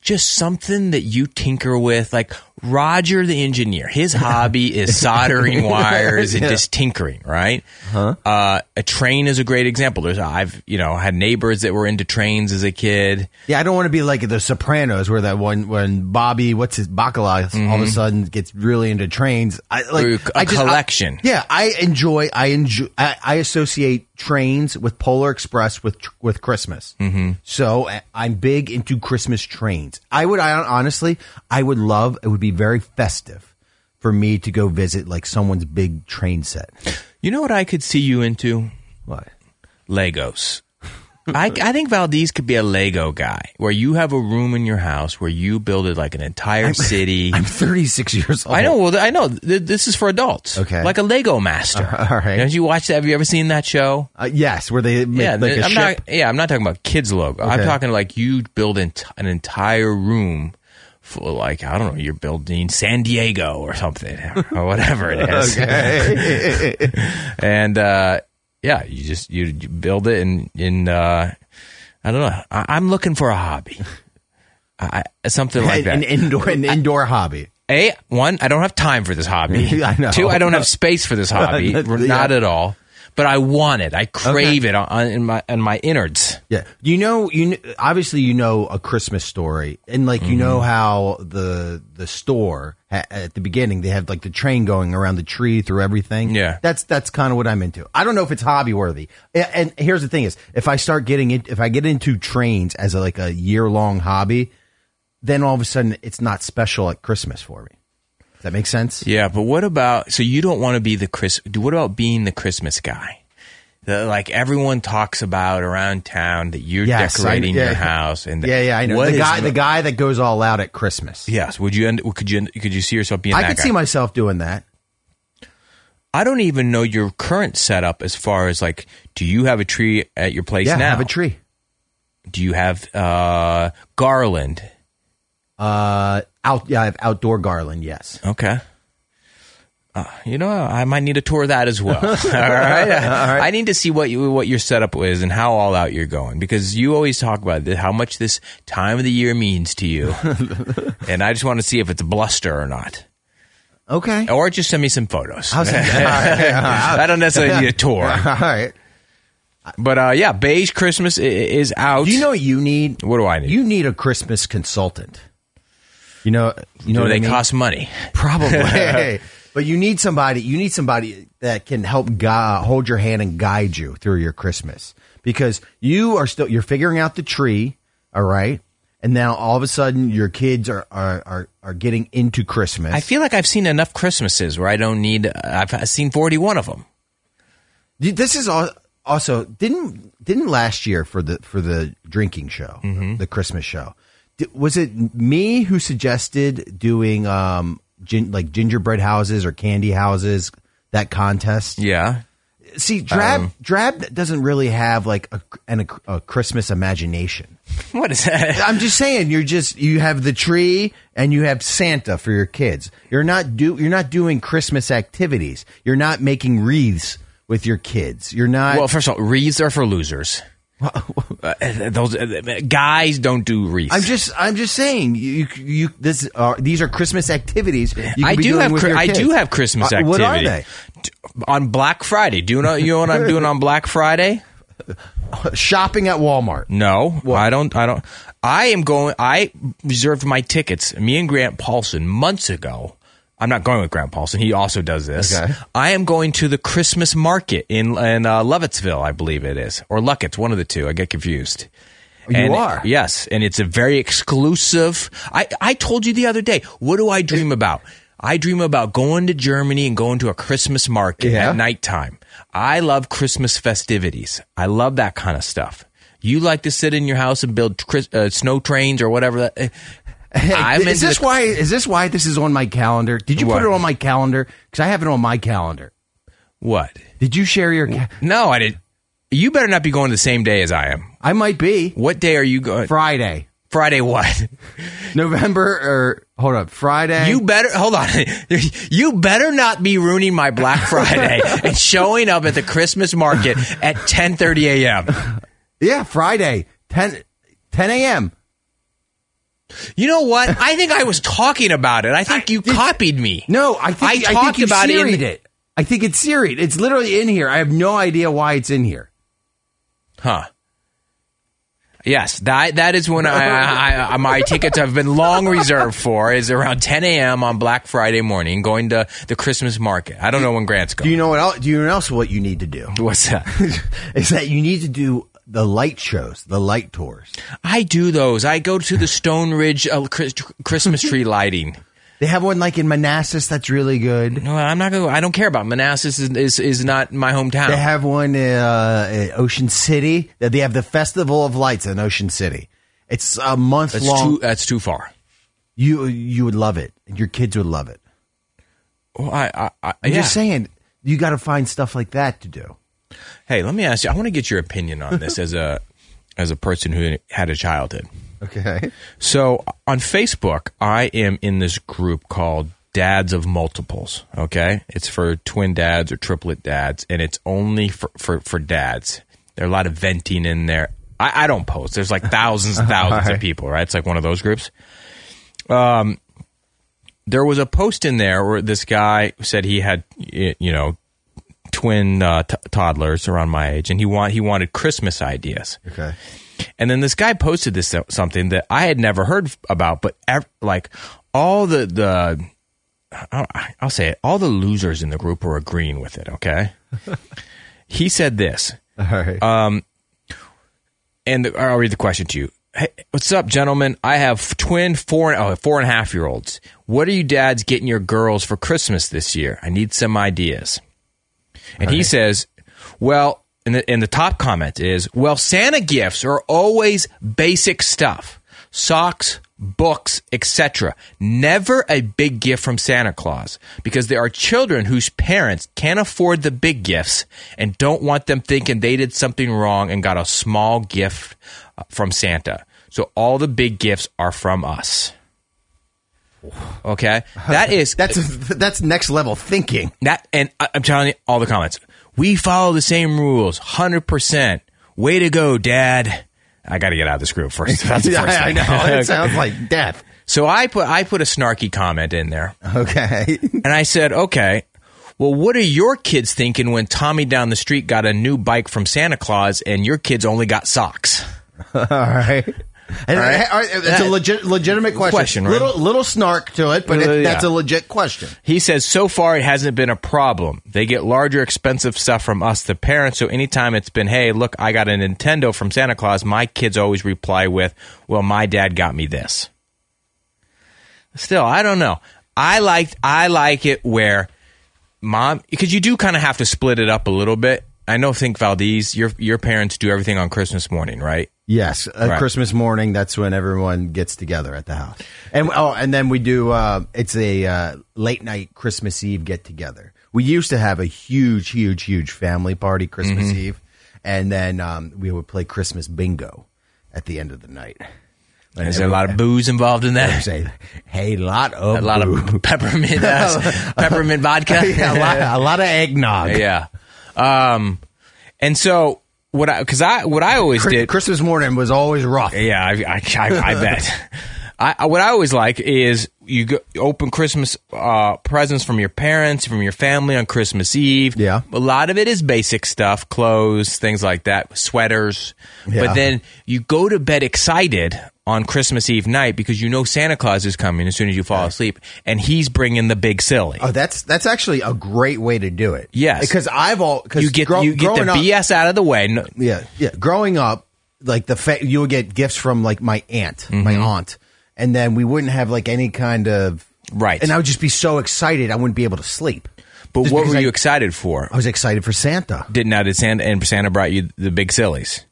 [SPEAKER 2] just something that you tinker with like roger the engineer his hobby is soldering wires and just tinkering right huh uh, a train is a great example there's i've you know had neighbors that were into trains as a kid
[SPEAKER 3] Yeah, I don't want to be like the Sopranos, where that one when Bobby, what's his Bacala, all of a sudden gets really into trains. I like
[SPEAKER 2] Or Mm-hmm. a
[SPEAKER 3] I just- I-
[SPEAKER 2] collection.
[SPEAKER 3] yeah, I enjoy. I enjoy. I, I associate trains with Polar Express with tr- with Christmas. Mm-hmm. So I- I'm big into Christmas trains. I would. I honestly, I would love. It would be very festive for me to go visit like someone's big train set.
[SPEAKER 2] you know what i could see you into
[SPEAKER 3] What?
[SPEAKER 2] Legos. I, I think Valdez could be a Lego guy, where you have a room in your house where you build it like an entire city.
[SPEAKER 3] I'm 36 years old.
[SPEAKER 2] I know. Well, I know. Th- This is for adults.
[SPEAKER 3] Okay.
[SPEAKER 2] like a Lego master.
[SPEAKER 3] all right.
[SPEAKER 2] Have you watched? Have you ever seen that show?
[SPEAKER 3] Uh, yes, where they make like
[SPEAKER 2] th-
[SPEAKER 3] a
[SPEAKER 2] I'm
[SPEAKER 3] ship.
[SPEAKER 2] not. Yeah, I'm not talking about kids logo. I'm
[SPEAKER 3] Okay.
[SPEAKER 2] talking like you build ent- an entire room for like I don't know. You're building San Diego or something or whatever it is. and uh, yeah, you just you, you build it and in uh, I don't know. I, I'm looking for a hobby, I, I- something like that.
[SPEAKER 3] an, an indoor an indoor hobby.
[SPEAKER 2] A one, I don't have time for this hobby.
[SPEAKER 3] I know.
[SPEAKER 2] Two, I don't have space for this hobby,
[SPEAKER 3] Yeah.
[SPEAKER 2] not at all. But I want it. I crave it on, on, in my in my innards.
[SPEAKER 3] Yeah, you know, you kn- obviously you know a Christmas story, and like you
[SPEAKER 2] Mm-hmm.
[SPEAKER 3] know how the the store ha- at the beginning they have like the train going around the tree through everything.
[SPEAKER 2] Yeah.
[SPEAKER 3] that's that's kind of what I'm into. I don't know if it's hobby worthy. A- And here's the thing: is if I start getting it, if I get into trains as a, like a year long hobby, then all of a sudden it's not special at Christmas for me. Does that make sense?
[SPEAKER 2] Yeah, but what about? So you don't want to be the Chris? do- What about being the Christmas guy? The, like everyone talks about around town that you're
[SPEAKER 3] Yes, I-
[SPEAKER 2] decorating
[SPEAKER 3] yeah.
[SPEAKER 2] your house and the-
[SPEAKER 3] Yeah, yeah, I know
[SPEAKER 2] what
[SPEAKER 3] the
[SPEAKER 2] is-
[SPEAKER 3] guy, the guy that goes all out at Christmas.
[SPEAKER 2] Yes, would you end? Could you could you see yourself being?
[SPEAKER 3] I
[SPEAKER 2] that
[SPEAKER 3] could
[SPEAKER 2] guy?
[SPEAKER 3] see myself doing that.
[SPEAKER 2] I don't even know your current setup as far as like, do you have a tree at your place
[SPEAKER 3] yeah,
[SPEAKER 2] now?
[SPEAKER 3] have a tree.
[SPEAKER 2] Do you have uh, garland?
[SPEAKER 3] Uh, out. Yeah, I have outdoor garland. Yes.
[SPEAKER 2] Okay. Uh, you know, I might need a tour of that as well. all, right? I need to see what you, what your setup is and how all out you're going because you always talk about this, how much this time of the year means to you, and I just want to see if it's bluster or not.
[SPEAKER 3] Okay.
[SPEAKER 2] Or just send me some photos.
[SPEAKER 3] How's that?
[SPEAKER 2] I don't necessarily need a tour,
[SPEAKER 3] All right.
[SPEAKER 2] but uh, yeah, beige Christmas i- i- is out.
[SPEAKER 3] Do you know what you need?
[SPEAKER 2] What do I need?
[SPEAKER 3] You need a Christmas consultant. You know. You know
[SPEAKER 2] Do
[SPEAKER 3] what
[SPEAKER 2] they
[SPEAKER 3] I mean?
[SPEAKER 2] cost money?
[SPEAKER 3] probably. but you need somebody. You need somebody that can help gui- hold your hand and guide you through your Christmas because you are still you're figuring out the tree. All right. And now all of a sudden your kids are are are, are getting into Christmas.
[SPEAKER 2] I feel like I've seen enough Christmases where I don't need. I've seen forty-one of them.
[SPEAKER 3] You- This is all. Also, didn't didn't last year for the for the drinking show, the Christmas show, di- was it me who suggested doing um gin, like gingerbread houses or candy houses that contest?
[SPEAKER 2] Yeah,
[SPEAKER 3] See, drab drab doesn't really have like a an, a Christmas imagination.
[SPEAKER 2] what is that?
[SPEAKER 3] I'm just saying, you're just you have the tree and you have Santa for your kids. You're not do you're not doing Christmas activities. You're not making wreaths with your kids. You're not.
[SPEAKER 2] Well, first of all, wreaths are for losers. Uh, those uh, guys don't do wreaths.
[SPEAKER 3] I'm just I'm just saying you you, you this are these are Christmas activities. You could
[SPEAKER 2] I
[SPEAKER 3] be
[SPEAKER 2] do
[SPEAKER 3] doing
[SPEAKER 2] have
[SPEAKER 3] with
[SPEAKER 2] Chri-
[SPEAKER 3] your
[SPEAKER 2] I
[SPEAKER 3] kids.
[SPEAKER 2] do have Christmas
[SPEAKER 3] Uh,
[SPEAKER 2] activity.
[SPEAKER 3] What are they?
[SPEAKER 2] D- On Black Friday. Do you know you know what I'm doing on Black Friday?
[SPEAKER 3] Shopping at Walmart.
[SPEAKER 2] No. I don't I don't I am going I reserved my tickets. Me and Grant Paulson months ago. I'm not going with Grant Paulson. He also does this.
[SPEAKER 3] Okay.
[SPEAKER 2] I am going to the Christmas market in in uh, Lovettsville, I believe it is, or Luckett's, one of the two. I get confused.
[SPEAKER 3] You
[SPEAKER 2] And-
[SPEAKER 3] are.
[SPEAKER 2] Yes, and it's a very exclusive. I I told you the other day, what do I dream about? I dream about going to Germany and going to a Christmas market
[SPEAKER 3] Yeah.
[SPEAKER 2] at nighttime. I love Christmas festivities. I love that kind of stuff. You like to sit in your house and build Chris, uh, snow trains or whatever. That, eh. I'm
[SPEAKER 3] is
[SPEAKER 2] into
[SPEAKER 3] this
[SPEAKER 2] the-
[SPEAKER 3] why? Is this why this is on my calendar? Did you
[SPEAKER 2] What?
[SPEAKER 3] put it on my calendar? Because I have it on my calendar.
[SPEAKER 2] What?
[SPEAKER 3] Did you share your? Ca-
[SPEAKER 2] No, I didn't. You better not be going the same day as I am.
[SPEAKER 3] I might be
[SPEAKER 2] What day are you going?
[SPEAKER 3] Friday,
[SPEAKER 2] Friday. What?
[SPEAKER 3] November, or hold up, Friday.
[SPEAKER 2] You better hold on. You better not be ruining my Black Friday and showing up at the Christmas market at 10:30 a.m.
[SPEAKER 3] yeah, Friday, 10, 10 a.m.
[SPEAKER 2] You know what? I think I was talking about it. I think you copied me.
[SPEAKER 3] No, I think I,
[SPEAKER 2] I
[SPEAKER 3] think
[SPEAKER 2] talked
[SPEAKER 3] you
[SPEAKER 2] about it in
[SPEAKER 3] seried it,
[SPEAKER 2] the-
[SPEAKER 3] I think it's seried. It's literally in here. I have no idea why it's in here.
[SPEAKER 2] Huh. Yes, that that is when I, I, I my tickets have been long reserved for is around 10 a.m. on Black Friday morning, going to the Christmas market. I don't know when Grant's
[SPEAKER 3] Do
[SPEAKER 2] going.
[SPEAKER 3] you know what? Else, do you know else? What you need to do
[SPEAKER 2] What's that?
[SPEAKER 3] is that you need to do the light shows, the light tours.
[SPEAKER 2] I do those. I go to the Stone Ridge uh, Chris, Christmas tree lighting.
[SPEAKER 3] They have one like in Manassas that's really good.
[SPEAKER 2] No, I'm not going. to I don't care about Manassas. Is is, is not my hometown.
[SPEAKER 3] They have one uh, in Ocean City. They have the Festival of Lights in Ocean City. It's a month
[SPEAKER 2] that's
[SPEAKER 3] long.
[SPEAKER 2] too. That's too far.
[SPEAKER 3] you you would love it. Your kids would love it.
[SPEAKER 2] Well, I, I, I
[SPEAKER 3] I'm
[SPEAKER 2] yeah.
[SPEAKER 3] just saying, you got to find stuff like that to do.
[SPEAKER 2] Hey, let me ask you. I want to get your opinion on this as a as a person who had a childhood.
[SPEAKER 3] Okay.
[SPEAKER 2] So on Facebook, I am in this group called Dads of Multiples. Okay, it's for twin dads or triplet dads, and it's only for for, for dads. There are a lot of venting in there. I, I don't post. There's like thousands and thousands of people. Right? It's like one of those groups. Um, there was a post in there where this guy said he had y- you know twin uh, t- toddlers around my age and he want he wanted christmas ideas
[SPEAKER 3] Okay.
[SPEAKER 2] and then this guy posted this so- something that i had never heard f- about but ev- like all the the I- i'll say it all the losers in the group were agreeing with it okay he said this Um,
[SPEAKER 3] All right.
[SPEAKER 2] and the, I'll read the question to you. Hey, what's up, gentlemen? I have twin four and, oh, four and a half year olds. What are you dads getting your girls for Christmas this year? I need some ideas. And he says, well, and the, and the top comment is, well, Santa gifts are always basic stuff socks, books, etc. Never a big gift from Santa Claus because there are children whose parents can't afford the big gifts and don't want them thinking they did something wrong and got a small gift uh, from Santa. So all the big gifts are from us. Okay? That is
[SPEAKER 3] that's that's next level thinking.
[SPEAKER 2] that and I, I'm telling you, all the comments. We follow the same rules, hundred percent. Way to go, Dad. I got to get out of this group first. That's the
[SPEAKER 3] Yeah,
[SPEAKER 2] first
[SPEAKER 3] I
[SPEAKER 2] thing.
[SPEAKER 3] know. It sounds like death.
[SPEAKER 2] so I put I put a snarky comment in there,
[SPEAKER 3] Okay.
[SPEAKER 2] and I said, "Okay, well, what are your kids thinking when Tommy down the street got a new bike from Santa Claus, and your kids only got socks?"
[SPEAKER 3] All right. And, uh,
[SPEAKER 2] right.
[SPEAKER 3] all right, That's a legit, legitimate question.
[SPEAKER 2] Question, right?
[SPEAKER 3] Little little snark to it,
[SPEAKER 2] Uh,
[SPEAKER 3] but it,
[SPEAKER 2] yeah.
[SPEAKER 3] that's a legit question.
[SPEAKER 2] He says, so far it hasn't been a problem. They get larger, expensive stuff from us, the parents. So anytime it's been, hey, look, I got a Nintendo from Santa Claus, my kids always reply with, well, my dad got me this. Still, I don't know. I like I like it where mom because you do kind of have to split it up a little bit. I know. Think Valdez, your your parents do everything on Christmas morning, right?
[SPEAKER 3] Yes, uh,
[SPEAKER 2] Right.
[SPEAKER 3] Christmas morning. That's when everyone gets together at the house, and oh, and then we do. Uh, it's a uh, late night Christmas Eve get together. We used to have a huge, huge, huge family party Christmas Eve, and then um, we would play Christmas bingo at the end of the night. And
[SPEAKER 2] Is there a lot of booze involved in that?
[SPEAKER 3] say, "Hey, lot of
[SPEAKER 2] A lot
[SPEAKER 3] boo."
[SPEAKER 2] of peppermint uh, peppermint vodka.
[SPEAKER 3] yeah, a lot, a lot of eggnog."
[SPEAKER 2] yeah. Um, and so what I because I what I always
[SPEAKER 3] Chri-
[SPEAKER 2] did.
[SPEAKER 3] Christmas morning was always rough.
[SPEAKER 2] Yeah, I I, I, I bet. I, I- what I always like is you go, you open Christmas uh, presents from your parents, from your family on Christmas Eve.
[SPEAKER 3] Yeah.
[SPEAKER 2] a lot of it is basic stuff, clothes, things like that, sweaters.
[SPEAKER 3] Yeah.
[SPEAKER 2] But then you go to bed excited on Christmas Eve night because you know Santa Claus is coming as soon as you fall asleep, and he's bringing the big silly.
[SPEAKER 3] Oh, that's that's actually a great way to do it.
[SPEAKER 2] Yes.
[SPEAKER 3] because I've all because
[SPEAKER 2] you get you get the BS out of the way. No-
[SPEAKER 3] Yeah, yeah. Growing up, like the fa- you would get gifts from like my aunt,
[SPEAKER 2] Mm-hmm.
[SPEAKER 3] my aunt, and then we wouldn't have like any kind of
[SPEAKER 2] Right.
[SPEAKER 3] And I would just be so excited, I wouldn't be able to sleep.
[SPEAKER 2] But
[SPEAKER 3] Just
[SPEAKER 2] what
[SPEAKER 3] because
[SPEAKER 2] were
[SPEAKER 3] I-
[SPEAKER 2] you excited for?
[SPEAKER 3] I was excited for Santa.
[SPEAKER 2] did now did Santa and Santa brought you the big sillies.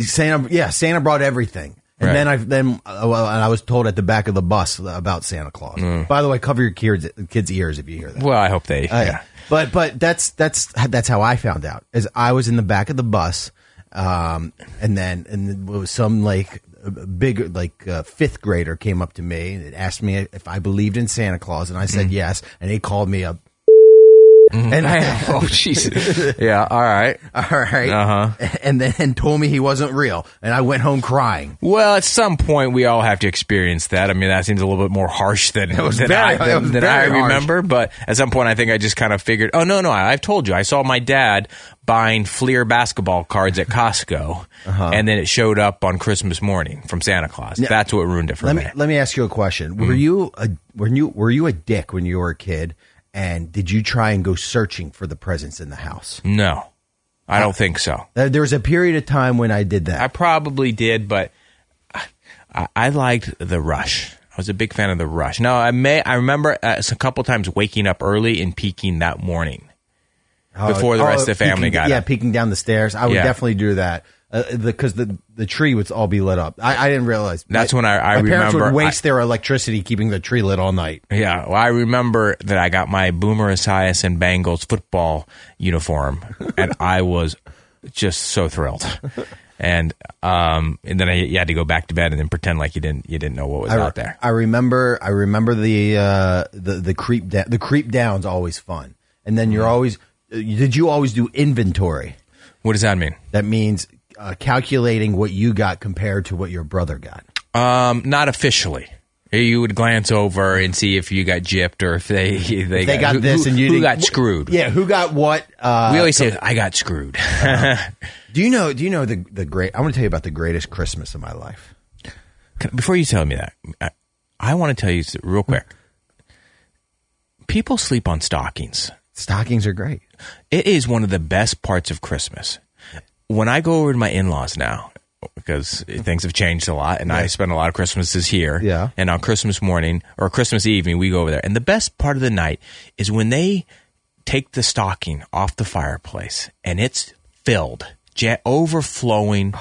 [SPEAKER 3] Santa, yeah, Santa brought everything. And
[SPEAKER 2] Right.
[SPEAKER 3] then I then uh, well, and I was told at the back of the bus about Santa Claus.
[SPEAKER 2] Mm.
[SPEAKER 3] By the way, cover your kids kids' ears if you hear that.
[SPEAKER 2] Well, I hope they.
[SPEAKER 3] Uh,
[SPEAKER 2] Oh, yeah.
[SPEAKER 3] But but that's that's that's how I found out. Is I was in the back of the bus, um, and then and then it was some like a big like uh, fifth grader came up to me and asked me if I believed in Santa Claus, and I said yes, and he called me a. And I,
[SPEAKER 2] Oh, Jesus. yeah. All right.
[SPEAKER 3] all right, uh-huh. and then and told me he wasn't real, and I went home crying.
[SPEAKER 2] Well, at some point, we all have to experience that. I mean, that seems a little bit more harsh than,
[SPEAKER 3] was
[SPEAKER 2] than I,
[SPEAKER 3] very-
[SPEAKER 2] than,
[SPEAKER 3] it was
[SPEAKER 2] than I
[SPEAKER 3] very harsh.
[SPEAKER 2] remember. But at some point, I think I just kind of figured, oh, no, no, I, I've told you. I saw my dad buying Fleer basketball cards at Costco, and then it showed up on Christmas morning from Santa Claus. That's what ruined it for
[SPEAKER 3] Let
[SPEAKER 2] me.
[SPEAKER 3] me let me ask you a question. Were you a were you were you a dick when you were a kid, and did you try and go searching for the presents in the house?
[SPEAKER 2] no, I don't think so.
[SPEAKER 3] Uh, There was a period of time when I did
[SPEAKER 2] I
[SPEAKER 3] that.
[SPEAKER 2] probably did, but I, I liked the rush. I was a big fan of the rush. Now I may I remember uh, a couple times waking up early and peeking that morning before the
[SPEAKER 3] Oh,
[SPEAKER 2] rest of the family
[SPEAKER 3] peeking-
[SPEAKER 2] got
[SPEAKER 3] yeah,
[SPEAKER 2] up.
[SPEAKER 3] peeking down the stairs. I would
[SPEAKER 2] Yeah.
[SPEAKER 3] definitely do that because the the tree would all be lit up. I, I didn't realize.
[SPEAKER 2] That's
[SPEAKER 3] My-
[SPEAKER 2] when I- I
[SPEAKER 3] my parents would
[SPEAKER 2] remember-
[SPEAKER 3] waste their electricity keeping the tree lit all night.
[SPEAKER 2] Yeah, well, I remember that I got my Boomer Esiason and Bengals football uniform, and I was just so thrilled. And um, and then I, you had to go back to bed and then pretend like you didn't you didn't know what was
[SPEAKER 3] I, re-
[SPEAKER 2] out there.
[SPEAKER 3] I remember. I remember the uh, the the creep down. The creep down's always fun, and then
[SPEAKER 2] Mm-hmm.
[SPEAKER 3] you're always. uh, Did you always do inventory?
[SPEAKER 2] What does that mean?
[SPEAKER 3] That means uh, calculating what you got compared to what your brother got.
[SPEAKER 2] Um, not officially. You would glance over and see if you got gypped or if they they,
[SPEAKER 3] They got
[SPEAKER 2] who-
[SPEAKER 3] this,
[SPEAKER 2] who-
[SPEAKER 3] and you
[SPEAKER 2] who
[SPEAKER 3] didn't-
[SPEAKER 2] got screwed.
[SPEAKER 3] Yeah, who got what? Uh,
[SPEAKER 2] we always say I got screwed.
[SPEAKER 3] Do you know? Do you know the the great? I want to tell you about the greatest Christmas of my life.
[SPEAKER 2] Can- Before you tell me that, I, I want to tell you s- real quick. People sleep on stockings.
[SPEAKER 3] Stockings are great.
[SPEAKER 2] It is one of the best parts of Christmas. When I go over to my in laws now, because things have changed a lot, and I spend a lot of Christmases here.
[SPEAKER 3] Yeah.
[SPEAKER 2] And on Christmas morning or Christmas evening, we go over there. And the best part of the night is when they take the stocking off the fireplace and it's filled, ja- overflowing.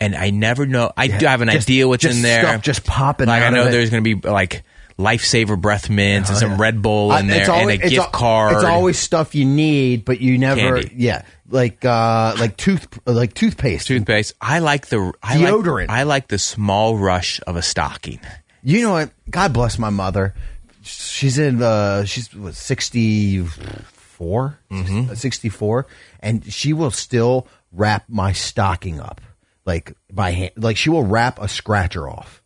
[SPEAKER 2] And I never know. I do have an
[SPEAKER 3] Just-
[SPEAKER 2] idea what's
[SPEAKER 3] just
[SPEAKER 2] in there.
[SPEAKER 3] stuff just popping
[SPEAKER 2] Like
[SPEAKER 3] out
[SPEAKER 2] I know
[SPEAKER 3] of it.
[SPEAKER 2] there's going to be like lifesaver breath mints and some Red Bull in
[SPEAKER 3] Uh,
[SPEAKER 2] there and a
[SPEAKER 3] it's
[SPEAKER 2] gift
[SPEAKER 3] al-
[SPEAKER 2] card.
[SPEAKER 3] It's always stuff you need, but you never.
[SPEAKER 2] Candy.
[SPEAKER 3] Yeah, like uh, like tooth like toothpaste.
[SPEAKER 2] toothpaste. I like the I like-
[SPEAKER 3] Deodorant.
[SPEAKER 2] I like the small rush of a stocking.
[SPEAKER 3] You know what? God bless my mother. She's in uh, she's what, 64?
[SPEAKER 2] Mm-hmm.
[SPEAKER 3] 64 and she will still wrap my stocking up like by hand. Like she will wrap a scratcher off.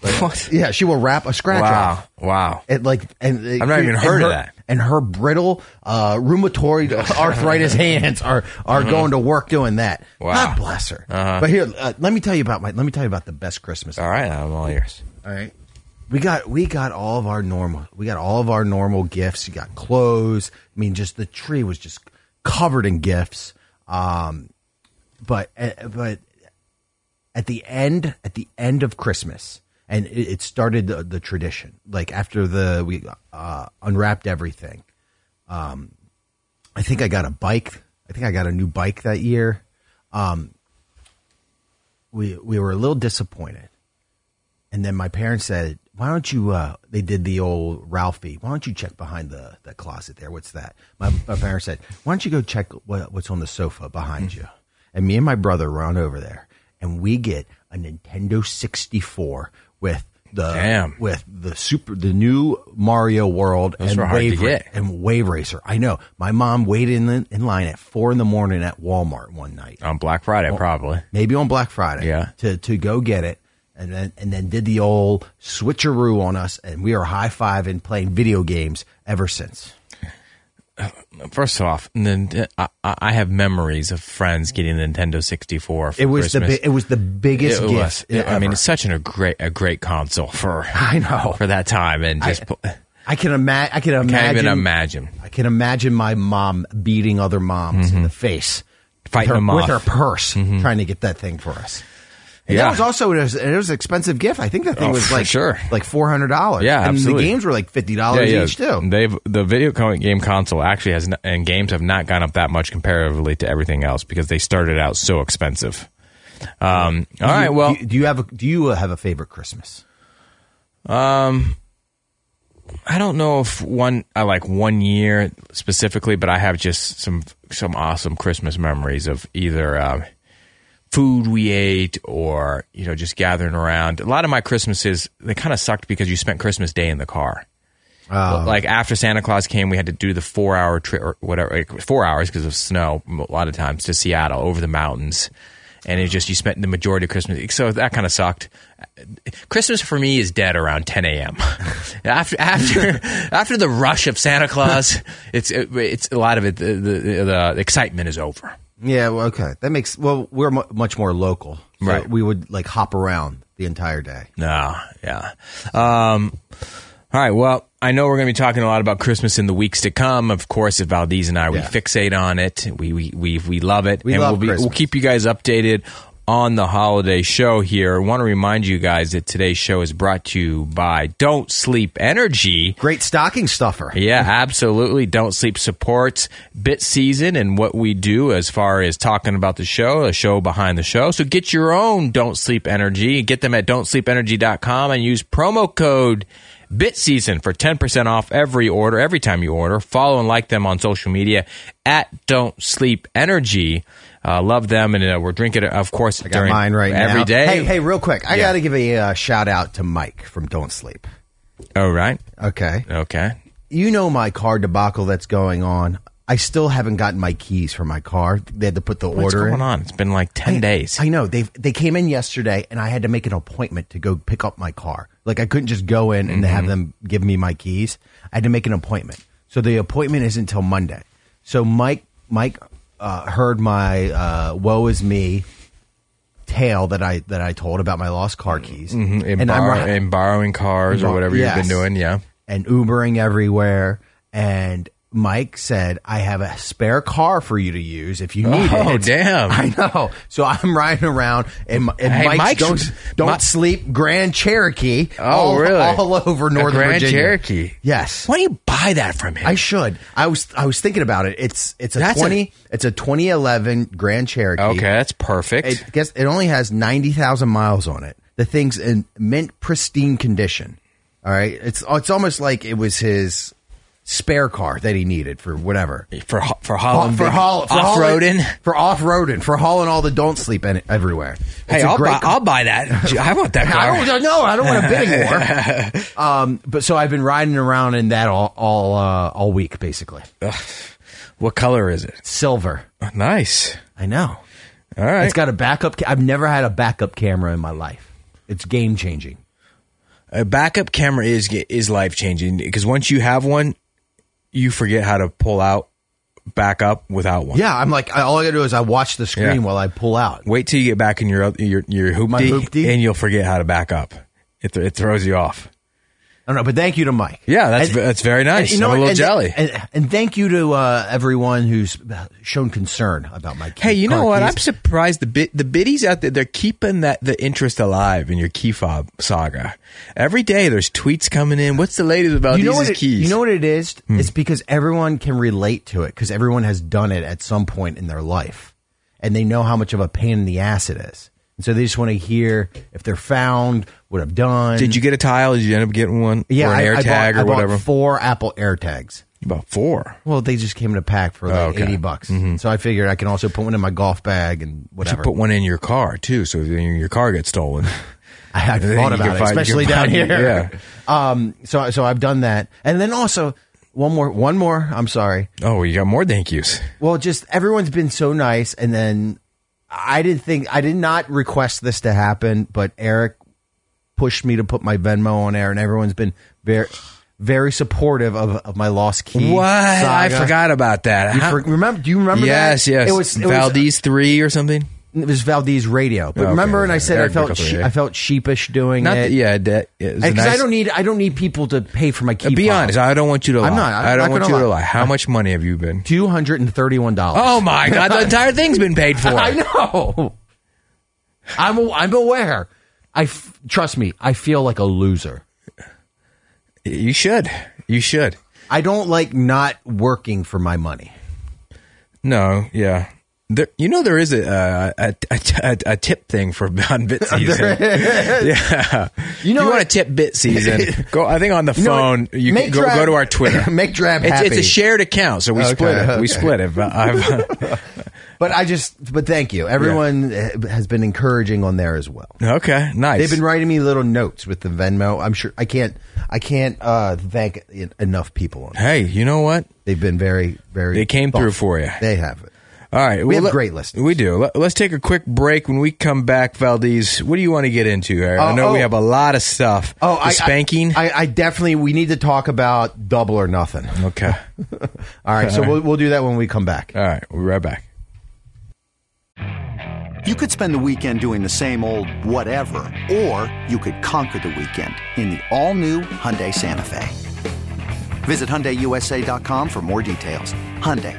[SPEAKER 3] Like,
[SPEAKER 2] What?
[SPEAKER 3] Yeah, she will wrap a scratcher off.
[SPEAKER 2] Wow, wow.
[SPEAKER 3] It like and
[SPEAKER 2] I've not even
[SPEAKER 3] and
[SPEAKER 2] heard
[SPEAKER 3] her,
[SPEAKER 2] of that.
[SPEAKER 3] And her brittle uh, rheumatoid arthritis hands are are going to work doing that.
[SPEAKER 2] Mm-hmm. Wow. Uh-huh.
[SPEAKER 3] God bless her. But here, uh, let me tell you about my. Let me tell you about the best Christmas.
[SPEAKER 2] All right, I'm all ears.
[SPEAKER 3] All right. We got we got all of our normal we got all of our normal gifts. You got clothes. I mean, just the tree was just covered in gifts. Um, but eh, but at the end at the end of Christmas, and it, it started the, the tradition. Like after the we uh, unwrapped everything. Um, I think I got a bike. I think I got a new bike that year. Um, we we were a little disappointed and then my parents said, "Why don't you?" Uh, they did the old Ralphie. Why don't you check behind the, the closet there? What's that? My, my parents said, "Why don't you go check what, what's on the sofa behind you?" And me and my brother run over there, and we get a Nintendo sixty four with the
[SPEAKER 2] Damn.
[SPEAKER 3] with the super the new Mario World and
[SPEAKER 2] were hard to
[SPEAKER 3] Wave Ra-
[SPEAKER 2] get.
[SPEAKER 3] and Wave Racer. I know my mom waited in, the, in line at four in the morning at Walmart one night
[SPEAKER 2] On Black Friday, probably.
[SPEAKER 3] maybe on Black Friday.
[SPEAKER 2] Yeah.
[SPEAKER 3] To to go get it. And then and then did the old switcheroo on us and we are high fiving playing video games ever since.
[SPEAKER 2] First off, Nin- I, I have memories of friends getting a Nintendo 64 for
[SPEAKER 3] It was
[SPEAKER 2] Christmas.
[SPEAKER 3] the bi- it was the biggest
[SPEAKER 2] It
[SPEAKER 3] gift.
[SPEAKER 2] was. It- I
[SPEAKER 3] ever.
[SPEAKER 2] mean, it's such an, a great a great console for
[SPEAKER 3] I know.
[SPEAKER 2] for that time, and just pl-
[SPEAKER 3] I can imagine. I can imagine.
[SPEAKER 2] can't even imagine.
[SPEAKER 3] I can imagine my mom beating other moms in the face,
[SPEAKER 2] Mm-hmm. Fighting
[SPEAKER 3] with her,
[SPEAKER 2] them
[SPEAKER 3] with
[SPEAKER 2] off. Mm-hmm.
[SPEAKER 3] her purse, trying to get that thing for us. And
[SPEAKER 2] Yeah.
[SPEAKER 3] that was also it was, it was an expensive gift. I think that thing
[SPEAKER 2] Oh,
[SPEAKER 3] was
[SPEAKER 2] for
[SPEAKER 3] like
[SPEAKER 2] sure.
[SPEAKER 3] like four hundred dollars.
[SPEAKER 2] Yeah,
[SPEAKER 3] and
[SPEAKER 2] absolutely.
[SPEAKER 3] the games were like fifty dollars each too.
[SPEAKER 2] They've the video co- game console actually has n- and games have not gone up that much comparatively to everything else because they started out so expensive. Um, all right. Well,
[SPEAKER 3] do, do you have a do you uh, have a favorite Christmas?
[SPEAKER 2] I don't know if one I like one year specifically, but I have just some some awesome Christmas memories of either um, food we ate or you know just gathering around. A lot of my Christmases they kind of sucked because you spent Christmas Day in the car. Like after Santa Claus came, we had to do the four hour trip or whatever, like four hours because of snow a lot of times to Seattle over the mountains. And it just, you spent the majority of Christmas. So that kind of sucked. Christmas for me is dead around 10 a.m. after after after the rush of Santa Claus, it's it, it's a lot of it. The, the, the excitement is over.
[SPEAKER 3] Yeah, well, okay, that makes well. We're mu- much more local, so
[SPEAKER 2] Right.
[SPEAKER 3] We would like hop around the entire day.
[SPEAKER 2] No, yeah. Um, all right. Well, I know we're going to be talking a lot about Christmas in the weeks to come. Of course, at Valdez and I, we
[SPEAKER 3] Yeah.
[SPEAKER 2] fixate on it. We we we, we love it.
[SPEAKER 3] We
[SPEAKER 2] and
[SPEAKER 3] love
[SPEAKER 2] we'll, be, we'll
[SPEAKER 3] Christmas.
[SPEAKER 2] keep you guys updated on the holiday show here. I want to remind you guys that today's show is brought to you by Don't Sleep Energy.
[SPEAKER 3] Great stocking stuffer.
[SPEAKER 2] Yeah, absolutely. Don't Sleep supports Bit Season and what we do as far as talking about the show, a show behind the show. So get your own Don't Sleep Energy. Get them at don'tsleepenergy.com and use promo code Bit Season for 10% off every order, every time you order. Follow and like them on social media at Don't Sleep Energy. Uh, love them, and uh, we're drinking it, of course,
[SPEAKER 3] Got
[SPEAKER 2] during
[SPEAKER 3] mine right now.
[SPEAKER 2] every day.
[SPEAKER 3] Hey, hey, real quick, I
[SPEAKER 2] Yeah.
[SPEAKER 3] got to give a uh, shout out to Mike from Don't Sleep.
[SPEAKER 2] All Oh, right.
[SPEAKER 3] Okay,
[SPEAKER 2] Okay.
[SPEAKER 3] you know my car debacle that's going on. I still haven't gotten my keys for my car. They had to put the
[SPEAKER 2] What's
[SPEAKER 3] order in.
[SPEAKER 2] going on? It's been like 10 days.
[SPEAKER 3] I know they they came in yesterday, and I had to make an appointment to go pick up my car. Like I couldn't just go in and have them give me my keys. I had to make an appointment. So the appointment isn't until Monday. So Mike Mike uh, heard my uh, "woe is me" tale that I that I told about my lost car keys,
[SPEAKER 2] Mm-hmm. in,
[SPEAKER 3] I'm
[SPEAKER 2] borrow-
[SPEAKER 3] right-
[SPEAKER 2] in borrowing cars or
[SPEAKER 3] Bor-
[SPEAKER 2] whatever you've
[SPEAKER 3] yes.
[SPEAKER 2] been doing. Yeah.
[SPEAKER 3] and Ubering everywhere. And Mike said, I have a spare car for you to use if you need it.
[SPEAKER 2] Oh, damn.
[SPEAKER 3] I know. So I'm riding around and, and
[SPEAKER 2] Hey,
[SPEAKER 3] Mike's,
[SPEAKER 2] Mike's-
[SPEAKER 3] don't, don't
[SPEAKER 2] Mi-
[SPEAKER 3] sleep Grand Cherokee.
[SPEAKER 2] Oh,
[SPEAKER 3] all,
[SPEAKER 2] really?
[SPEAKER 3] All over
[SPEAKER 2] A
[SPEAKER 3] Northern
[SPEAKER 2] Grand
[SPEAKER 3] Virginia.
[SPEAKER 2] Cherokee.
[SPEAKER 3] Yes.
[SPEAKER 2] Why do you buy that from him?
[SPEAKER 3] I should. I was I was thinking about it. It's it's a
[SPEAKER 2] That's a-
[SPEAKER 3] twenty it's a twenty eleven Grand Cherokee.
[SPEAKER 2] okay, that's perfect.
[SPEAKER 3] It guess it only has ninety thousand miles on it. The thing's in mint pristine condition. All right, it's it's almost like it was his spare car that he needed for whatever
[SPEAKER 2] for ho- for Holland,
[SPEAKER 3] for, haul, for
[SPEAKER 2] off roading.
[SPEAKER 3] hauling- for off roading for hauling all the don't sleep in, everywhere.
[SPEAKER 2] Hey,
[SPEAKER 3] It's a
[SPEAKER 2] I'll
[SPEAKER 3] great
[SPEAKER 2] buy,
[SPEAKER 3] car.
[SPEAKER 2] I'll buy that. Gee, I want that car.
[SPEAKER 3] I don't know. I don't want to bid anymore. um, but so I've been riding around in that all all uh, all week basically.
[SPEAKER 2] What color is it?
[SPEAKER 3] Silver.
[SPEAKER 2] Nice.
[SPEAKER 3] I know.
[SPEAKER 2] All right.
[SPEAKER 3] It's got a backup. Ca- I've never had a backup camera in my life. It's game changing.
[SPEAKER 2] a backup camera is is life changing because once you have one, you forget how to pull out, back up without one.
[SPEAKER 3] Yeah, I'm like I, all I gotta do is I watch the screen
[SPEAKER 2] Yeah.
[SPEAKER 3] while I pull out.
[SPEAKER 2] Wait till you get back in your oth- your your
[SPEAKER 3] My hoopty?
[SPEAKER 2] hoopty, and you'll forget how to back up. It th- it throws you off.
[SPEAKER 3] I don't know, but thank you to Mike.
[SPEAKER 2] Yeah, that's ve- that's very nice. I'm a little
[SPEAKER 3] and,
[SPEAKER 2] jelly.
[SPEAKER 3] And, and thank you to uh, everyone who's shown concern about my.
[SPEAKER 2] Hey, you know
[SPEAKER 3] car
[SPEAKER 2] what?
[SPEAKER 3] keys.
[SPEAKER 2] I'm surprised the bit the biddies out there they're keeping that the interest alive in your key fob saga. Every day there's tweets coming in. What's the latest about
[SPEAKER 3] you know
[SPEAKER 2] these
[SPEAKER 3] what? It,
[SPEAKER 2] keys? Hmm.
[SPEAKER 3] you know what it is? It's because everyone can relate to it because everyone has done it at some point in their life, and they know how much of a pain in the ass it is. And so they just want to hear if they're found, what I've done.
[SPEAKER 2] Did you get a tile? Did you end up getting one?
[SPEAKER 3] Yeah,
[SPEAKER 2] or an
[SPEAKER 3] I,
[SPEAKER 2] air
[SPEAKER 3] I
[SPEAKER 2] tag
[SPEAKER 3] bought,
[SPEAKER 2] or
[SPEAKER 3] I bought
[SPEAKER 2] whatever.
[SPEAKER 3] four Apple AirTags.
[SPEAKER 2] You bought four.
[SPEAKER 3] Well, they just came in a pack for like
[SPEAKER 2] Oh, okay. Mm-hmm.
[SPEAKER 3] eighty bucks, so I figured I can also put one in my golf bag and
[SPEAKER 2] You
[SPEAKER 3] whatever.
[SPEAKER 2] put one in your car too, so then your car gets stolen.
[SPEAKER 3] I had
[SPEAKER 2] Then
[SPEAKER 3] thought
[SPEAKER 2] you can
[SPEAKER 3] about it,
[SPEAKER 2] find- you
[SPEAKER 3] especially
[SPEAKER 2] can
[SPEAKER 3] down
[SPEAKER 2] find-
[SPEAKER 3] here. Yeah. Um. So so I've done that, and then also one more one more. I'm sorry.
[SPEAKER 2] oh, you got more thank yous.
[SPEAKER 3] Well, just everyone's been so nice, and then I didn't think I did not request this to happen, but Eric pushed me to put my Venmo on air, and everyone's been very very supportive of, of my lost key.
[SPEAKER 2] What? I
[SPEAKER 3] saga.
[SPEAKER 2] forgot about that.
[SPEAKER 3] You
[SPEAKER 2] How-
[SPEAKER 3] for- remember? Do you remember?
[SPEAKER 2] yes,
[SPEAKER 3] that?
[SPEAKER 2] yes.
[SPEAKER 3] It was it was-
[SPEAKER 2] Valdez three or something.
[SPEAKER 3] it was Valdez radio. But
[SPEAKER 2] Oh, Okay,
[SPEAKER 3] remember, and I
[SPEAKER 2] yeah.
[SPEAKER 3] said
[SPEAKER 2] Eric
[SPEAKER 3] I felt
[SPEAKER 2] Bickle,
[SPEAKER 3] she-
[SPEAKER 2] yeah.
[SPEAKER 3] I felt sheepish doing
[SPEAKER 2] Not
[SPEAKER 3] it.
[SPEAKER 2] that, yeah. That, it was a
[SPEAKER 3] Because I
[SPEAKER 2] nice- Uh,
[SPEAKER 3] don't need I don't need people to pay for my key.
[SPEAKER 2] Be honest. I don't want you to lie.
[SPEAKER 3] I'm not- I'm
[SPEAKER 2] I do
[SPEAKER 3] not
[SPEAKER 2] not want
[SPEAKER 3] gonna
[SPEAKER 2] you to
[SPEAKER 3] lie.
[SPEAKER 2] lie. How much money have you been?
[SPEAKER 3] Two hundred and thirty-one dollars.
[SPEAKER 2] Oh my god, the entire thing's been paid for.
[SPEAKER 3] I know. I'm a- I'm aware. I f- trust me. I feel like a loser.
[SPEAKER 2] You should. You should.
[SPEAKER 3] I don't like not working for my money.
[SPEAKER 2] No, yeah. There, you know, there is a uh, a, a, a, a tip thing for on bit season. yeah, you
[SPEAKER 3] know
[SPEAKER 2] you want to
[SPEAKER 3] what?
[SPEAKER 2] tip bit season. Go, I think on the
[SPEAKER 3] know
[SPEAKER 2] phone
[SPEAKER 3] what?
[SPEAKER 2] you can
[SPEAKER 3] Make
[SPEAKER 2] go,
[SPEAKER 3] Drab-
[SPEAKER 2] go to our Twitter.
[SPEAKER 3] Make Drab
[SPEAKER 2] it's, it's
[SPEAKER 3] happy.
[SPEAKER 2] a shared account, so we
[SPEAKER 3] Okay,
[SPEAKER 2] split it.
[SPEAKER 3] okay.
[SPEAKER 2] We split it. But I've-
[SPEAKER 3] But I just, but thank you. Everyone uh, has been encouraging on there as well.
[SPEAKER 2] okay, nice.
[SPEAKER 3] They've been writing me little notes with the Venmo. I'm sure I can't, I can't uh, thank en- enough people. On that.
[SPEAKER 2] hey, you know what?
[SPEAKER 3] They've been very, very.
[SPEAKER 2] They came through
[SPEAKER 3] thoughtful.
[SPEAKER 2] for you.
[SPEAKER 3] They have it.
[SPEAKER 2] All right,
[SPEAKER 3] have great listeners.
[SPEAKER 2] We do. Let, us take a quick break. When we come back, Valdez, what do you want to get into? Harry? I
[SPEAKER 3] Oh,
[SPEAKER 2] know we
[SPEAKER 3] oh.
[SPEAKER 2] have a lot of stuff.
[SPEAKER 3] Oh,
[SPEAKER 2] The
[SPEAKER 3] I,
[SPEAKER 2] spanking.
[SPEAKER 3] I, I definitely. We need to talk about double or nothing.
[SPEAKER 2] okay.
[SPEAKER 3] All right, so we'll, we'll do that when we come back.
[SPEAKER 2] All right, we'll be right back.
[SPEAKER 4] You could spend the weekend doing the same old whatever, or you could conquer the weekend in the all-new Hyundai Santa Fe. Visit HyundaiUSA.com for more details. Hyundai,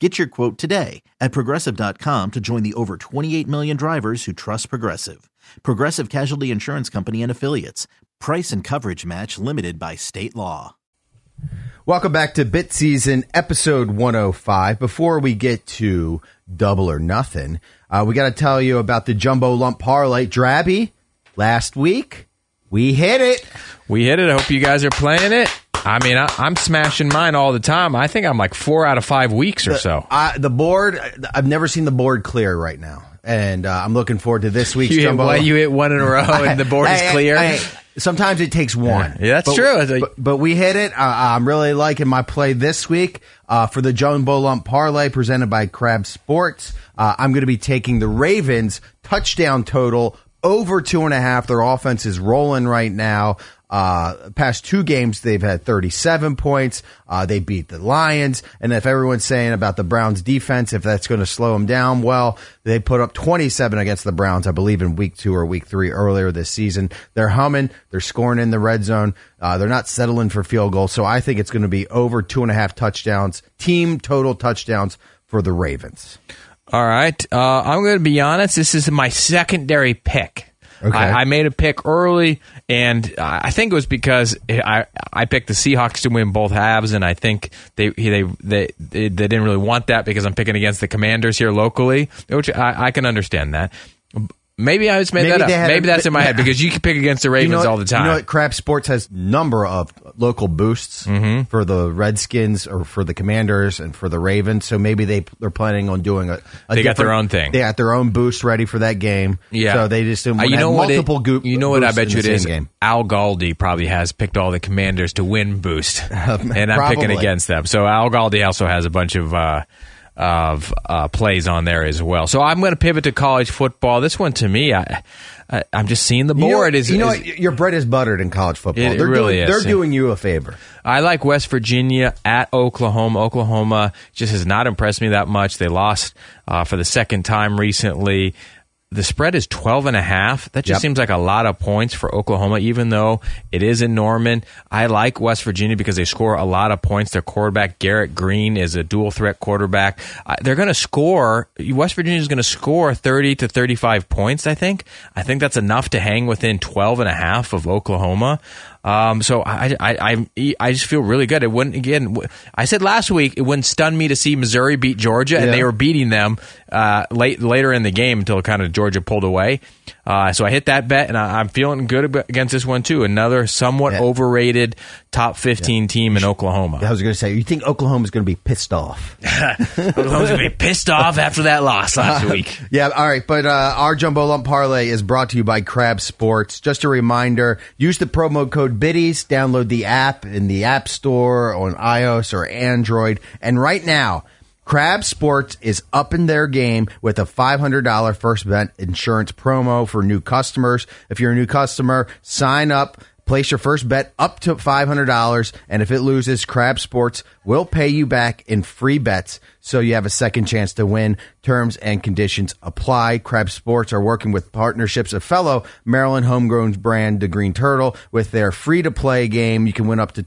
[SPEAKER 5] Get your quote today at progressive.com to join the over 28 million drivers who trust Progressive. Progressive Casualty Insurance Company and Affiliates. Price and coverage match limited by state law.
[SPEAKER 3] Welcome back to Bit Season, episode 105. Before we get to Double or Nothing, uh, we got to tell you about the Jumbo Lump Parlay Drabby. Last week, we hit it.
[SPEAKER 2] We hit it. I hope you guys are playing it. I mean, I, I'm smashing mine all the time. I think I'm like four out of five weeks or so.
[SPEAKER 3] I, the board, I've never seen the board clear right now. And uh, I'm looking forward to this week's
[SPEAKER 2] You hit,
[SPEAKER 3] Jumbo
[SPEAKER 2] one,
[SPEAKER 3] Lump-
[SPEAKER 2] you hit one in a row, and the board
[SPEAKER 3] Hey,
[SPEAKER 2] is
[SPEAKER 3] hey,
[SPEAKER 2] clear.
[SPEAKER 3] hey, sometimes it takes one.
[SPEAKER 2] Yeah, that's
[SPEAKER 3] But-
[SPEAKER 2] true. It's like-
[SPEAKER 3] But, but we hit it. Uh, I'm really liking my play this week uh, for the Jumbo Lump Parlay presented by Crab Sports. Uh, I'm going to be taking the Ravens touchdown total over two and a half. Their offense is rolling right now. Uh, past two games, they've had 37 points. Uh, they beat the Lions. And if everyone's saying about the Browns defense, if that's going to slow them down, well, they put up 27 against the Browns, I believe in week two or week three earlier this season. They're humming. They're scoring in the red zone. Uh, they're not settling for field goals. So I think it's going to be over two and a half touchdowns, team total touchdowns for the Ravens.
[SPEAKER 2] All right. Uh, I'm going to be honest. This is my secondary pick.
[SPEAKER 3] Okay.
[SPEAKER 2] I, I made a pick early, and I I think it was because I I picked the Seahawks to win both halves, and I think they they they they, they didn't really want that because I'm picking against the Commanders here locally, which I, I can understand that. Maybe I just made
[SPEAKER 3] Maybe
[SPEAKER 2] that up.
[SPEAKER 3] they had
[SPEAKER 2] Maybe
[SPEAKER 3] a-
[SPEAKER 2] that's in my head because you can pick against the Ravens
[SPEAKER 3] what-
[SPEAKER 2] all the time.
[SPEAKER 3] You know what? Crab Sports has number of local boosts
[SPEAKER 2] Mm-hmm.
[SPEAKER 3] for the Redskins or for the Commanders and for the Ravens. So maybe they they're planning on doing a. a
[SPEAKER 2] They got their
[SPEAKER 3] different-
[SPEAKER 2] own thing.
[SPEAKER 3] They got their own boost ready for that game.
[SPEAKER 2] Yeah.
[SPEAKER 3] So they just didn't
[SPEAKER 2] Uh,
[SPEAKER 3] want to have
[SPEAKER 2] what it-
[SPEAKER 3] multiple goop.
[SPEAKER 2] You know what I
[SPEAKER 3] boosts
[SPEAKER 2] bet
[SPEAKER 3] in
[SPEAKER 2] you it
[SPEAKER 3] the same
[SPEAKER 2] is?
[SPEAKER 3] Game.
[SPEAKER 2] Al Galdi probably has picked all the commanders to win boost. and I'm picking
[SPEAKER 3] Uh, probably.
[SPEAKER 2] against them. So Al Galdi also has a bunch of uh of uh, plays on there as well. So I'm going to pivot to college football. This one to me, I, I I'm just seeing the
[SPEAKER 3] You know,
[SPEAKER 2] board. is,
[SPEAKER 3] you know
[SPEAKER 2] is-
[SPEAKER 3] what? your bread is buttered in college football.
[SPEAKER 2] It- it
[SPEAKER 3] they're
[SPEAKER 2] really
[SPEAKER 3] doing,
[SPEAKER 2] is,
[SPEAKER 3] They're
[SPEAKER 2] yeah.
[SPEAKER 3] doing you a favor.
[SPEAKER 2] I like West Virginia at Oklahoma. Oklahoma just has not impressed me that much. They lost uh, for the second time recently. The spread is 12 and a half. That just
[SPEAKER 3] Yep.
[SPEAKER 2] seems like a lot of points for Oklahoma, even though it is in Norman. I like West Virginia because they score a lot of points. Their quarterback, Garrett Green, is a dual threat quarterback. Uh, they're going to score. West Virginia is going to score 30 to 35 points, I think. I think that's enough to hang within 12 and a half of Oklahoma. Um, so I, I, I, I just feel really good. It wouldn't again. w- I said last week it wouldn't stun me to see Missouri beat Georgia, and
[SPEAKER 3] Yeah.
[SPEAKER 2] they were beating them uh, late later in the game until kind of Georgia pulled away. Uh, so I hit that bet, and I, I'm feeling good ab- against this one too. Another somewhat
[SPEAKER 3] Yeah.
[SPEAKER 2] overrated top 15 team in Oklahoma.
[SPEAKER 3] I was going to say, you think Oklahoma's going to be pissed off?
[SPEAKER 2] Oklahoma's gonna be pissed off after that loss last week.
[SPEAKER 3] Yeah, all right. But uh, our Jumbo Lump Parlay is brought to you by Crab Sports. Just a reminder use the promo code BIDDIES, download the app in the App Store, on iOS or Android. And right now, Crab Sports is upping their game with a $500 first event insurance promo for new customers. If you're a new customer, sign up. Place your first bet up to $500, and if it loses, Crab Sports will pay you back in free bets so you have a second chance to win. Terms and conditions apply. Crab Sports are working with partnerships of fellow Maryland homegrown brand, The Green Turtle, with their free to play game. You can win up to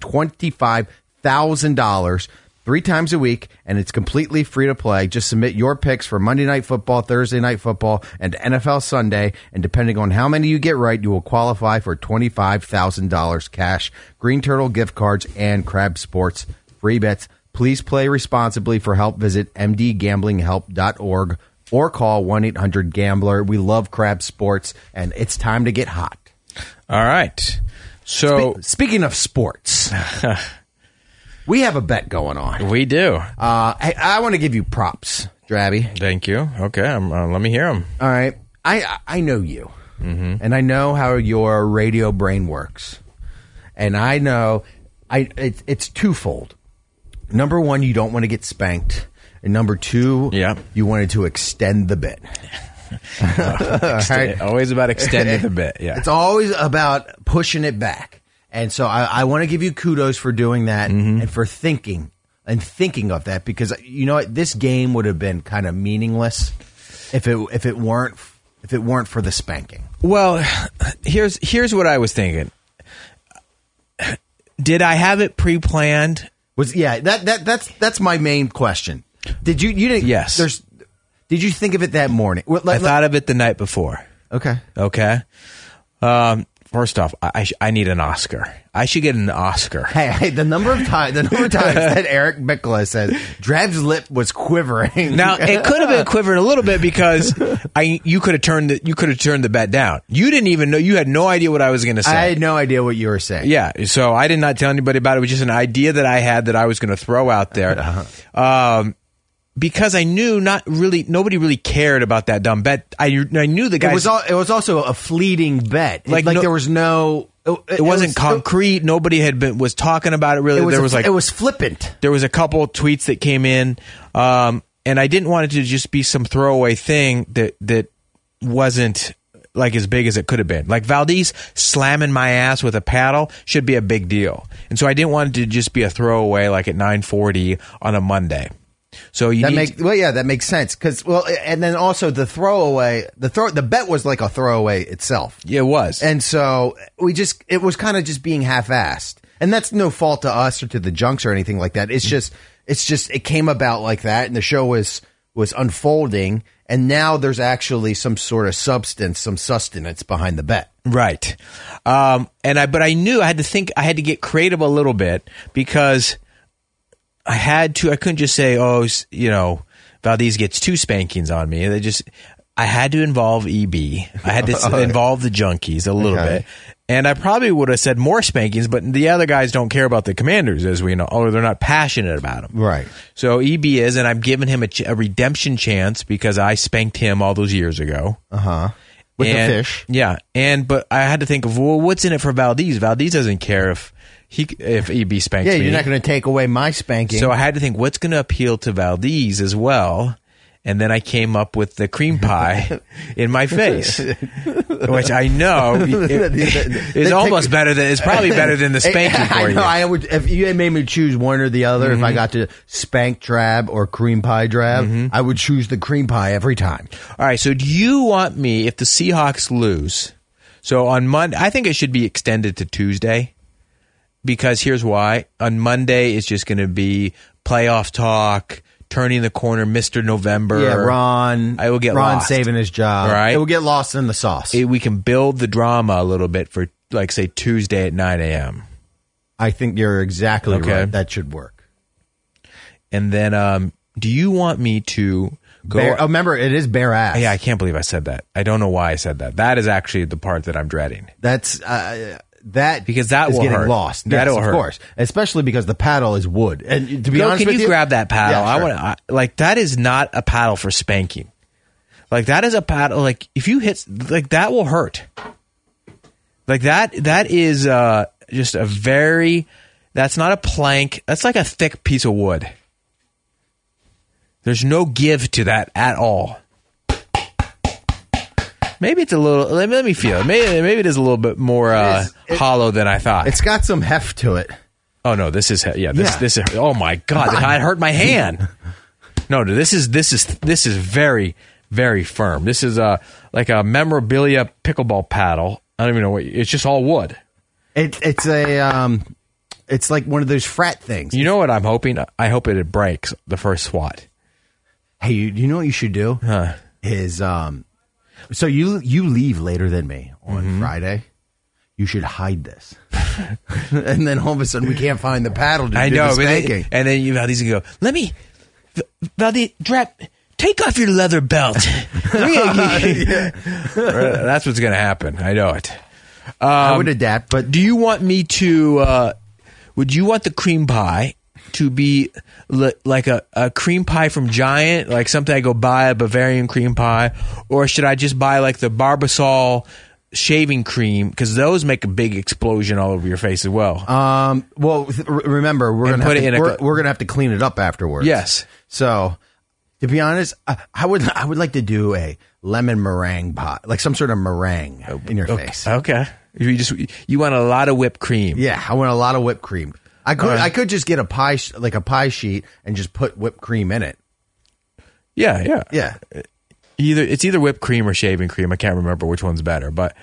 [SPEAKER 3] $25,000 three times a week, and it's completely free to play. Just submit your picks for Monday Night Football, Thursday Night Football, and NFL Sunday. And depending on how many you get right, you will qualify for $25,000 cash, Green Turtle gift cards, and Crab Sports free bets. Please play responsibly. For help, visit mdgamblinghelp.org or call 1 800 Gambler. We love Crab Sports, and it's time to get hot.
[SPEAKER 2] All right. So
[SPEAKER 3] Speaking of sports, we have a bet going on.
[SPEAKER 2] we do.
[SPEAKER 3] Uh, hey, I want to give you props, Drabby.
[SPEAKER 2] Thank you. Okay, I'm, uh, let me hear them.
[SPEAKER 3] All right, I I know you, and I know how your radio brain works, and I know I it, it's twofold. Number one, you don't want to get spanked, and number two,
[SPEAKER 2] Yeah.
[SPEAKER 3] you wanted to extend the bit.
[SPEAKER 2] Extend- Always about extending the bit. Yeah.
[SPEAKER 3] It's always about pushing it back, and so I, I want to give you kudos for doing that
[SPEAKER 2] Mm-hmm.
[SPEAKER 3] and for thinking and thinking of that because you know what this game would have been kind of meaningless if it if it weren't if it weren't for the spanking.
[SPEAKER 2] Well, here's here's what I was thinking. Did I have it pre-planned?
[SPEAKER 3] Was yeah that that that's that's my main question. Did you you didn't
[SPEAKER 2] Yes.
[SPEAKER 3] There's did you think of it that morning? Well,
[SPEAKER 2] I
[SPEAKER 3] let- let-
[SPEAKER 2] thought of it the night before.
[SPEAKER 3] okay.
[SPEAKER 2] Okay. Um, first off, I I, sh- I need an Oscar. I should get an Oscar.
[SPEAKER 3] Hey, hey, the number of times the number of times that Eric Bickla says Drab's lip was quivering.
[SPEAKER 2] Now it could have been quivering a little bit because I you could have turned the you could have turned the bet down. You didn't even know you had no idea what I was going to say.
[SPEAKER 3] I had no idea what you were saying.
[SPEAKER 2] Yeah, so I did not tell anybody about it. It was just an idea that I had that I was going to throw out there,
[SPEAKER 3] Uh-huh.
[SPEAKER 2] um, because I knew not really nobody really cared about that dumb bet. I I knew the guys.
[SPEAKER 3] It was all, it was also a fleeting bet. It-
[SPEAKER 2] Like
[SPEAKER 3] Like,
[SPEAKER 2] no-
[SPEAKER 3] there was no. It,
[SPEAKER 2] it wasn't
[SPEAKER 3] was-
[SPEAKER 2] concrete. nobody had been was talking about it really.
[SPEAKER 3] It was
[SPEAKER 2] there
[SPEAKER 3] a-
[SPEAKER 2] was like
[SPEAKER 3] it was flippant.
[SPEAKER 2] there was a couple tweets that came in, um, and I didn't want it to just be some throwaway thing that that wasn't like as big as it could have been. Like Valdez slamming my ass with a paddle should be a big deal, and so I didn't want it to just be a throwaway like at nine forty on a Monday. So you
[SPEAKER 3] That
[SPEAKER 2] need
[SPEAKER 3] make well, yeah, that makes sense because well, and then also the throwaway, the throw, the bet was like a throwaway itself,
[SPEAKER 2] Yeah, it was.
[SPEAKER 3] and so we just it was kind of just being half-assed, and that's no fault to us or to the junks or anything like that. It's just it's just it came about like that, and the show was was unfolding, and now there's actually some sort of substance, some sustenance behind the bet.
[SPEAKER 2] Right. Um, and I, but I knew I had to think, I had to get creative a little bit because I had to, I couldn't just say, oh, s- you know, Valdez gets two spankings on me. They just, I had to involve EB. I had to s- involve the junkies a little
[SPEAKER 3] Okay.
[SPEAKER 2] bit. And I probably would have said more spankings, but the other guys don't care about the commanders, as we know, or they're not passionate about them.
[SPEAKER 3] Right.
[SPEAKER 2] So EB is, and I'm giving him a, ch- a redemption chance because I spanked him all those years ago.
[SPEAKER 3] Uh huh. With
[SPEAKER 2] And-
[SPEAKER 3] the fish.
[SPEAKER 2] Yeah, and but I had to think of well, what's in it for Valdez? Valdez doesn't care if he if EB spanks
[SPEAKER 3] Yeah,
[SPEAKER 2] me.
[SPEAKER 3] you're not going to take away my spanking.
[SPEAKER 2] so I had to think what's going to appeal to Valdez as well. And then I came up with the cream pie in my face, which I know it- is almost better than it's probably better than the spanking
[SPEAKER 3] I,
[SPEAKER 2] for
[SPEAKER 3] I
[SPEAKER 2] you. Mm-hmm.
[SPEAKER 3] know, I would if you had made me choose one or the other. If I got to spank drab or cream pie drab, I would choose the cream pie every time.
[SPEAKER 2] All right. So do you want me if the Seahawks lose? So on Monday, I think it should be extended to Tuesday because here's why. On Monday, it's just going to be playoff talk, turning the corner, Mister November.
[SPEAKER 3] Yeah, Ron.
[SPEAKER 2] I will get
[SPEAKER 3] Ron
[SPEAKER 2] lost.
[SPEAKER 3] saving his job.
[SPEAKER 2] All right.
[SPEAKER 3] it will get lost in the sauce.
[SPEAKER 2] It- we can build the drama a little bit for like say Tuesday at nine a.m.
[SPEAKER 3] I think you're exactly
[SPEAKER 2] Okay.
[SPEAKER 3] right. That should work.
[SPEAKER 2] And then, um, do you want me to go?
[SPEAKER 3] Bare, oh, remember, it is bare ass.
[SPEAKER 2] yeah, I can't believe I said that. I don't know why I said that. That is actually the part that I'm dreading.
[SPEAKER 3] That's uh, that
[SPEAKER 2] Because that
[SPEAKER 3] is
[SPEAKER 2] will
[SPEAKER 3] getting
[SPEAKER 2] hurt.
[SPEAKER 3] lost.
[SPEAKER 2] That'll
[SPEAKER 3] yes,
[SPEAKER 2] hurt.
[SPEAKER 3] of course, especially because the paddle is wood. And to be
[SPEAKER 2] Bill,
[SPEAKER 3] honest
[SPEAKER 2] can
[SPEAKER 3] with
[SPEAKER 2] you,
[SPEAKER 3] you,
[SPEAKER 2] grab that paddle?
[SPEAKER 3] Yeah, sure.
[SPEAKER 2] I want to like that is not a paddle for spanking. Like that is a paddle. Like if you hit like that will hurt. Like that that is uh just a very that's not a plank. That's like a thick piece of wood. There's no give to that at all. Maybe it's a little. Let me, let me feel. it. Maybe maybe it is a little bit more uh,
[SPEAKER 3] is. It-
[SPEAKER 2] hollow than I thought.
[SPEAKER 3] It's got some heft to it.
[SPEAKER 2] Oh no, this is yeah. This
[SPEAKER 3] Yeah.
[SPEAKER 2] this is oh my god, I hurt my hand. No, no, this is this is this is very very firm. This is a like a memorabilia pickleball paddle. I don't even know what it's just all wood.
[SPEAKER 3] It, it's a um, it's like one of those frat things.
[SPEAKER 2] You know what I'm hoping? I hope it breaks the first swat.
[SPEAKER 3] hey, you, you know what you should do is um, so you you leave later than me on
[SPEAKER 2] Mm-hmm.
[SPEAKER 3] Friday. You should hide this, and then all of a sudden we can't find the paddle to
[SPEAKER 2] I
[SPEAKER 3] do
[SPEAKER 2] know,
[SPEAKER 3] the
[SPEAKER 2] but they-
[SPEAKER 3] spanking.
[SPEAKER 2] and then you Valdez can go. Let me, V- Valdez, drop, take off your leather belt. That's what's gonna happen. I know it.
[SPEAKER 3] I
[SPEAKER 2] um,
[SPEAKER 3] would adapt, but
[SPEAKER 2] Do you want me to? Uh, would you want the cream pie to be li- like a, a cream pie from Giant, like something I go buy a Bavarian cream pie, or should I just buy like the Barbasol shaving cream because those make a big explosion all over your face as well?
[SPEAKER 3] Um. Well, th- re- remember we're
[SPEAKER 2] And
[SPEAKER 3] gonna
[SPEAKER 2] put
[SPEAKER 3] have
[SPEAKER 2] it in
[SPEAKER 3] to,
[SPEAKER 2] a
[SPEAKER 3] we're,
[SPEAKER 2] co-
[SPEAKER 3] we're gonna have to clean it up afterwards.
[SPEAKER 2] Yes.
[SPEAKER 3] So, to be honest, I, I would I would like to do a lemon meringue pot, like some sort of meringue in your face.
[SPEAKER 2] Oh, okay. You just you want a lot of whipped cream.
[SPEAKER 3] Yeah, I want a lot of whipped cream. I could I could just get a pie sh- like a pie sheet and just put whipped cream in it.
[SPEAKER 2] Yeah, yeah,
[SPEAKER 3] Yeah.
[SPEAKER 2] Uh, Either it's either whipped cream or shaving cream. I can't remember which one's better, but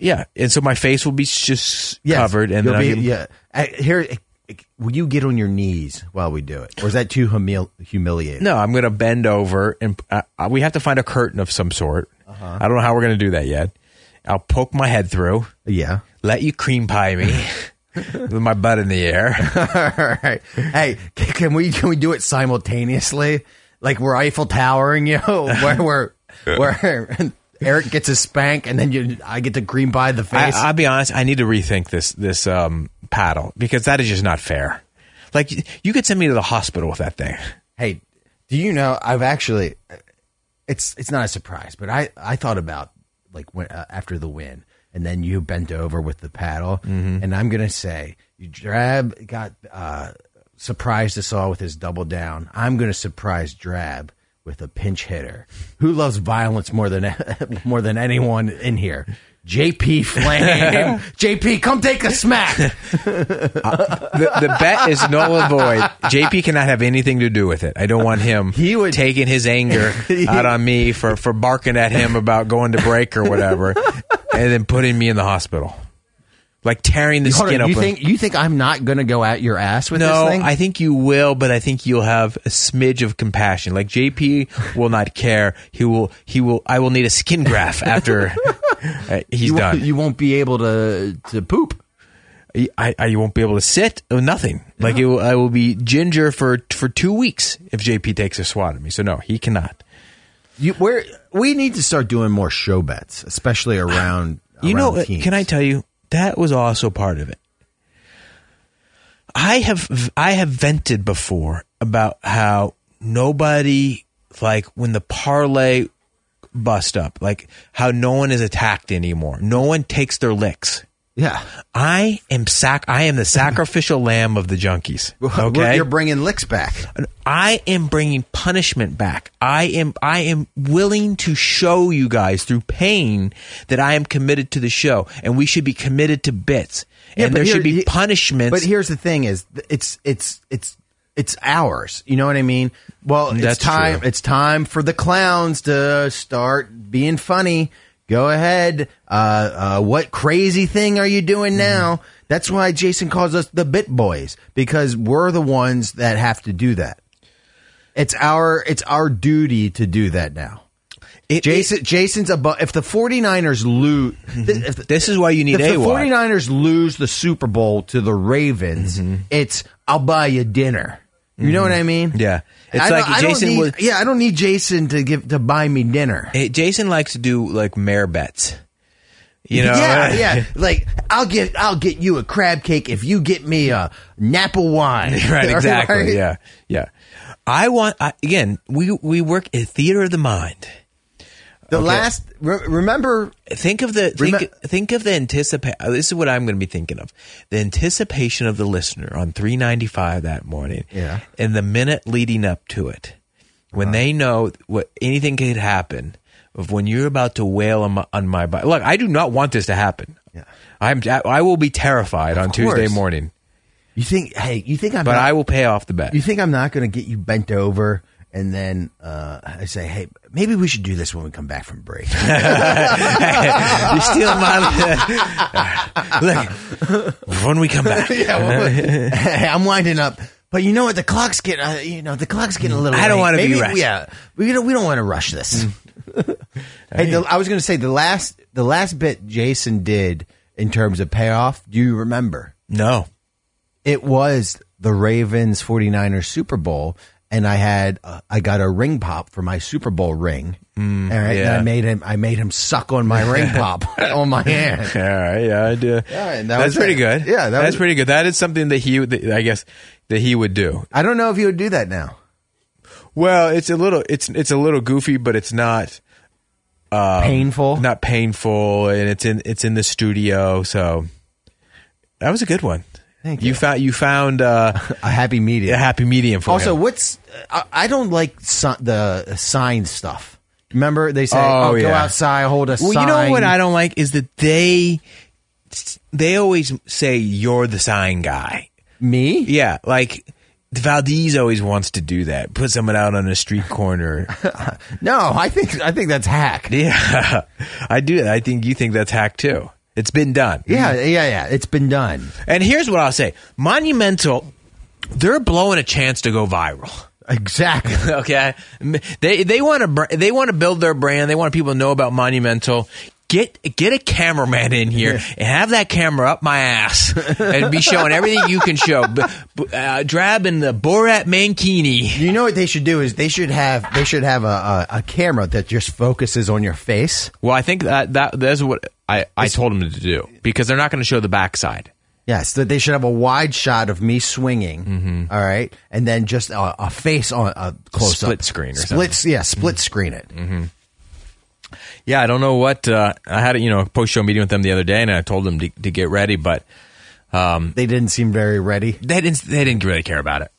[SPEAKER 2] yeah. And so my face will be just
[SPEAKER 3] Yes.
[SPEAKER 2] covered, and
[SPEAKER 3] You'll
[SPEAKER 2] then I
[SPEAKER 3] be-
[SPEAKER 2] can-
[SPEAKER 3] yeah. I- here, uh, will you get on your knees while we do it, or is that too humil- humiliating?
[SPEAKER 2] No, I'm going to bend over, and uh, uh, we have to find a curtain of some sort. I don't know how we're going to do that yet. I'll poke my head through,
[SPEAKER 3] Yeah.
[SPEAKER 2] let you cream pie me with my butt in the air.
[SPEAKER 3] All right. Hey, c- can we can we do it simultaneously? Like we're Eiffel Towering you, where where where Eric gets a spank and then you I get to green by the
[SPEAKER 2] I,
[SPEAKER 3] face.
[SPEAKER 2] I'll be honest, I need to rethink this this um, paddle because that is just not fair. Like y- you could send me to the hospital with that thing.
[SPEAKER 3] hey, do you know I've actually it's it's not a surprise, but I I thought about like when uh, after the win and then you bent over with the paddle
[SPEAKER 2] Mm-hmm.
[SPEAKER 3] and I'm going to say you drab got uh surprised us all with his double down. I'm going to surprise drab with a pinch hitter. Who loves violence more than more than anyone in here? JP Flame. JP, come take a smack.
[SPEAKER 2] The, the bet is null and void. JP cannot have anything to do with it. I don't want him
[SPEAKER 3] He would-
[SPEAKER 2] taking his anger out on me for, for barking at him about going to break or whatever, and then putting me in the hospital, like tearing the
[SPEAKER 3] Hold
[SPEAKER 2] skin
[SPEAKER 3] on, you
[SPEAKER 2] open.
[SPEAKER 3] think you think I'm not going to go at your ass with
[SPEAKER 2] no,
[SPEAKER 3] this thing?
[SPEAKER 2] I think you will, but I think you'll have a smidge of compassion. Like JP will not care. He will. He will. I will need a skin graft after uh, he's
[SPEAKER 3] you,
[SPEAKER 2] done.
[SPEAKER 3] Won't, you won't be able to to poop.
[SPEAKER 2] I, I won't be able to sit or nothing. Like it, will- I will be ginger for for two weeks if JP takes a swat at me. So no, he cannot.
[SPEAKER 3] You where we need to start doing more show bets, especially around.
[SPEAKER 2] you
[SPEAKER 3] around
[SPEAKER 2] know, uh,
[SPEAKER 3] teams.
[SPEAKER 2] can I tell you that was also part of it. I have I have vented before about how nobody like when the parlay bust up, like how no one is attacked anymore. No one takes their licks.
[SPEAKER 3] Yeah.
[SPEAKER 2] I am sac. I am the sacrificial lamb of the junkies.
[SPEAKER 3] We're-
[SPEAKER 2] Okay,
[SPEAKER 3] You're bringing licks back.
[SPEAKER 2] I am bringing punishment back. I am I am willing to show you guys through pain that I am committed to the show and we should be committed to bits.
[SPEAKER 3] Yeah,
[SPEAKER 2] and
[SPEAKER 3] but
[SPEAKER 2] there
[SPEAKER 3] here-
[SPEAKER 2] should be
[SPEAKER 3] he-
[SPEAKER 2] punishments.
[SPEAKER 3] But here's the thing: is th- it's it's it's it's ours. You know what I mean? Well,
[SPEAKER 2] That's
[SPEAKER 3] it's time.
[SPEAKER 2] true.
[SPEAKER 3] It's time for the clowns to start being funny. Go ahead. Uh, uh, what crazy thing are you
[SPEAKER 2] Mm-hmm.
[SPEAKER 3] doing now? That's why Jason calls us the Bit Boys because we're the ones that have to do that. It's our it's our duty to do that now.
[SPEAKER 2] It- Mm-hmm.
[SPEAKER 3] Jason, Jason's above. If the 49ers lose, if the-
[SPEAKER 2] This is why you need
[SPEAKER 3] if the
[SPEAKER 2] AWOD.
[SPEAKER 3] 49ers lose the Super Bowl to the Ravens,
[SPEAKER 2] Mm-hmm.
[SPEAKER 3] it's I'll buy you dinner. You know what I mean?
[SPEAKER 2] Yeah.
[SPEAKER 3] It's
[SPEAKER 2] It's
[SPEAKER 3] I
[SPEAKER 2] like
[SPEAKER 3] like don't,
[SPEAKER 2] Jason
[SPEAKER 3] Jason. need,
[SPEAKER 2] was-
[SPEAKER 3] yeah, I don't need Jason to give to buy me dinner.
[SPEAKER 2] Hey, Jason likes to do like mare bets. You know,
[SPEAKER 3] yeah, yeah. Like I'll get I'll get you a crab cake if you get me a Napa wine.
[SPEAKER 2] right, exactly.
[SPEAKER 3] Right?
[SPEAKER 2] Yeah, yeah. I want I, again. We we work at theater of the mind.
[SPEAKER 3] The last re- remember
[SPEAKER 2] Think of the think,
[SPEAKER 3] Remem-
[SPEAKER 2] think of the anticipation. This is what I'm going to be thinking of: the anticipation of the listener on 395 that morning.
[SPEAKER 3] Yeah. Uh-huh.
[SPEAKER 2] and the minute leading up to it, when they know what anything could happen. Of when you're about to wail on my, on my body. Look, I do not want this to happen. Yeah. I'm. I will be terrified on Tuesday
[SPEAKER 3] course.
[SPEAKER 2] morning,
[SPEAKER 3] you think hey you think I'm
[SPEAKER 2] but
[SPEAKER 3] not-
[SPEAKER 2] I will pay off the bet.
[SPEAKER 3] you think I'm not going to get you bent over and then uh, I say hey maybe we should do this when we come back from break.
[SPEAKER 2] You're stealing my. Look, when we come back,
[SPEAKER 3] hey, I'm winding up. But you know what? The clock's getting, uh, you know, the clock's getting a little.
[SPEAKER 2] I don't
[SPEAKER 3] late.
[SPEAKER 2] wanna be
[SPEAKER 3] Maybe-
[SPEAKER 2] rushed. Mm.
[SPEAKER 3] Yeah, we don't, we don't want to rush this. hey, the, I was going to say the last the last bit Jason did in terms of payoff. Do you remember?
[SPEAKER 2] no,
[SPEAKER 3] It was the Ravens 49ers Super Bowl, and I had uh, I got a ring pop for my Super Bowl ring. all right, and
[SPEAKER 2] Mm, yeah.
[SPEAKER 3] I made him I made him suck on my ring pop on my hand.
[SPEAKER 2] all right, yeah, I do.
[SPEAKER 3] Yeah, and that
[SPEAKER 2] That's
[SPEAKER 3] was
[SPEAKER 2] pretty
[SPEAKER 3] it.
[SPEAKER 2] good.
[SPEAKER 3] Yeah, that
[SPEAKER 2] that's
[SPEAKER 3] was-
[SPEAKER 2] pretty good. That is something that he, would- that I guess, that he would do.
[SPEAKER 3] I don't know if you would do that now.
[SPEAKER 2] Well, it's a little, it's it's a little goofy, but it's not Um,
[SPEAKER 3] Painful.
[SPEAKER 2] not painful, and it's in it's in the studio. So that was a good one.
[SPEAKER 3] Thank
[SPEAKER 2] You
[SPEAKER 3] you.
[SPEAKER 2] found you found uh,
[SPEAKER 3] A happy medium.
[SPEAKER 2] a happy medium for
[SPEAKER 3] Also,
[SPEAKER 2] him.
[SPEAKER 3] what's I, I don't like si- the sign stuff. Remember they say,
[SPEAKER 2] Oh,
[SPEAKER 3] "Oh, go
[SPEAKER 2] yeah.
[SPEAKER 3] outside, hold a
[SPEAKER 2] Well,
[SPEAKER 3] sign."
[SPEAKER 2] you know what I don't like is that they they always say you're the sign guy.
[SPEAKER 3] me?
[SPEAKER 2] Yeah, like Valdez always wants to do that. Put someone out on a street corner.
[SPEAKER 3] No, I think I think that's hack.
[SPEAKER 2] yeah, I do. I think you think that's hack too. It's been done.
[SPEAKER 3] Yeah, yeah, yeah. It's been done.
[SPEAKER 2] And here's what I'll say: Monumental, they're blowing a chance to go viral.
[SPEAKER 3] Exactly.
[SPEAKER 2] Okay, M- they they want to br- they want to build their brand. They want people to know about Monumental. Get get a cameraman in here and have that camera up my ass and be showing everything you can show. B- b- uh, drab in the Borat mankini.
[SPEAKER 3] You know what they should do is they should have they should have a, a, a camera that just focuses on your face.
[SPEAKER 2] Well, I think that that that's what I I told them to do because they're not going to show the backside.
[SPEAKER 3] Yes, that they should have a wide shot of me swinging.
[SPEAKER 2] Mm-hmm.
[SPEAKER 3] all right, and then just a, a face on a close
[SPEAKER 2] Split
[SPEAKER 3] up
[SPEAKER 2] screen or Mm-hmm.
[SPEAKER 3] split, something. Yeah, split screen it.
[SPEAKER 2] Yeah, I don't know what uh, I had. a, You know, post show meeting with them the other day, and I told them to, to get ready, but
[SPEAKER 3] They didn't seem very ready.
[SPEAKER 2] they didn't. They didn't really care about it.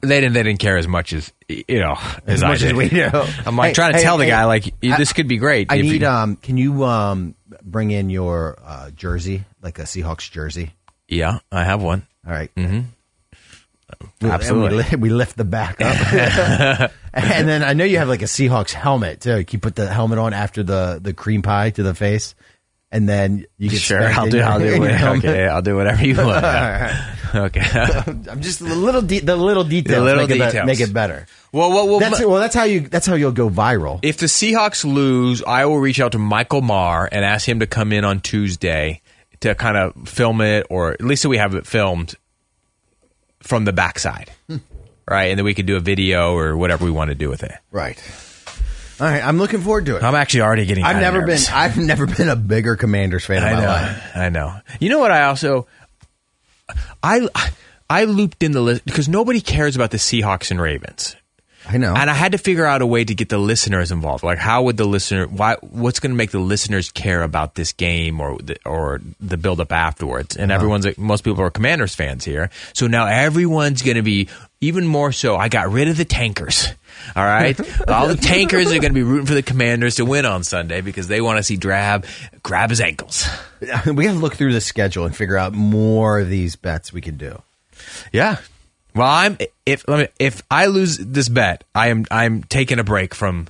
[SPEAKER 2] They didn't. They didn't care as much as you know as,
[SPEAKER 3] As
[SPEAKER 2] I
[SPEAKER 3] much as
[SPEAKER 2] did.
[SPEAKER 3] we do.
[SPEAKER 2] I'm like
[SPEAKER 3] Hey,
[SPEAKER 2] trying to
[SPEAKER 3] hey,
[SPEAKER 2] tell the
[SPEAKER 3] hey,
[SPEAKER 2] guy like y-
[SPEAKER 3] I-
[SPEAKER 2] this could be great.
[SPEAKER 3] I
[SPEAKER 2] if
[SPEAKER 3] need.
[SPEAKER 2] you,
[SPEAKER 3] um, can you um bring in your uh, jersey, like a Seahawks jersey?
[SPEAKER 2] yeah, I have one.
[SPEAKER 3] All right. We-
[SPEAKER 2] Mm-hmm. Absolutely.
[SPEAKER 3] and We, li- we lift the back up, and then I know you have like a Seahawks helmet too. Can you put the helmet on after the the cream pie to the face, and then you get
[SPEAKER 2] Sure,
[SPEAKER 3] spanked
[SPEAKER 2] I'll
[SPEAKER 3] in
[SPEAKER 2] do.
[SPEAKER 3] your-
[SPEAKER 2] I'll do.
[SPEAKER 3] in your
[SPEAKER 2] Whatever,
[SPEAKER 3] helmet.
[SPEAKER 2] okay, I'll do whatever you want. Okay.
[SPEAKER 3] I'm just the little de- the little details,
[SPEAKER 2] little
[SPEAKER 3] make, It
[SPEAKER 2] details.
[SPEAKER 3] be- make it better.
[SPEAKER 2] well, well, well.
[SPEAKER 3] That's
[SPEAKER 2] my-
[SPEAKER 3] well. That's how you. That's how you'll go viral.
[SPEAKER 2] if the Seahawks lose, I will reach out to Michael Marr and ask him to come in on Tuesday to kind of film it, or at least so we have it filmed from the backside, right? And then we could do a video or whatever we want to do with it.
[SPEAKER 3] right. All right. I'm looking forward to it.
[SPEAKER 2] I'm actually already getting.
[SPEAKER 3] I've
[SPEAKER 2] kinda
[SPEAKER 3] never
[SPEAKER 2] nervous.
[SPEAKER 3] been. I've never been a bigger Commanders fan in
[SPEAKER 2] I
[SPEAKER 3] my
[SPEAKER 2] know.
[SPEAKER 3] life.
[SPEAKER 2] I know. You know what? I also, I, I looped in the list because nobody cares about the Seahawks and Ravens,
[SPEAKER 3] I know.
[SPEAKER 2] and I had to figure out a way to get the listeners involved. Like, how would the listener? Why? What's going to make the listeners care about this game or the, or the build up afterwards? And everyone's like, most people are Commanders fans here, so now everyone's going to be even more so. I got rid of the tankers. All right, all the tankers are going to be rooting for the Commanders to win on Sunday because they want to see Drab grab his ankles.
[SPEAKER 3] we got to look through the schedule and figure out more of these bets we can do.
[SPEAKER 2] Yeah. Well, I'm if let me, if I lose this bet, I am I'm taking a break from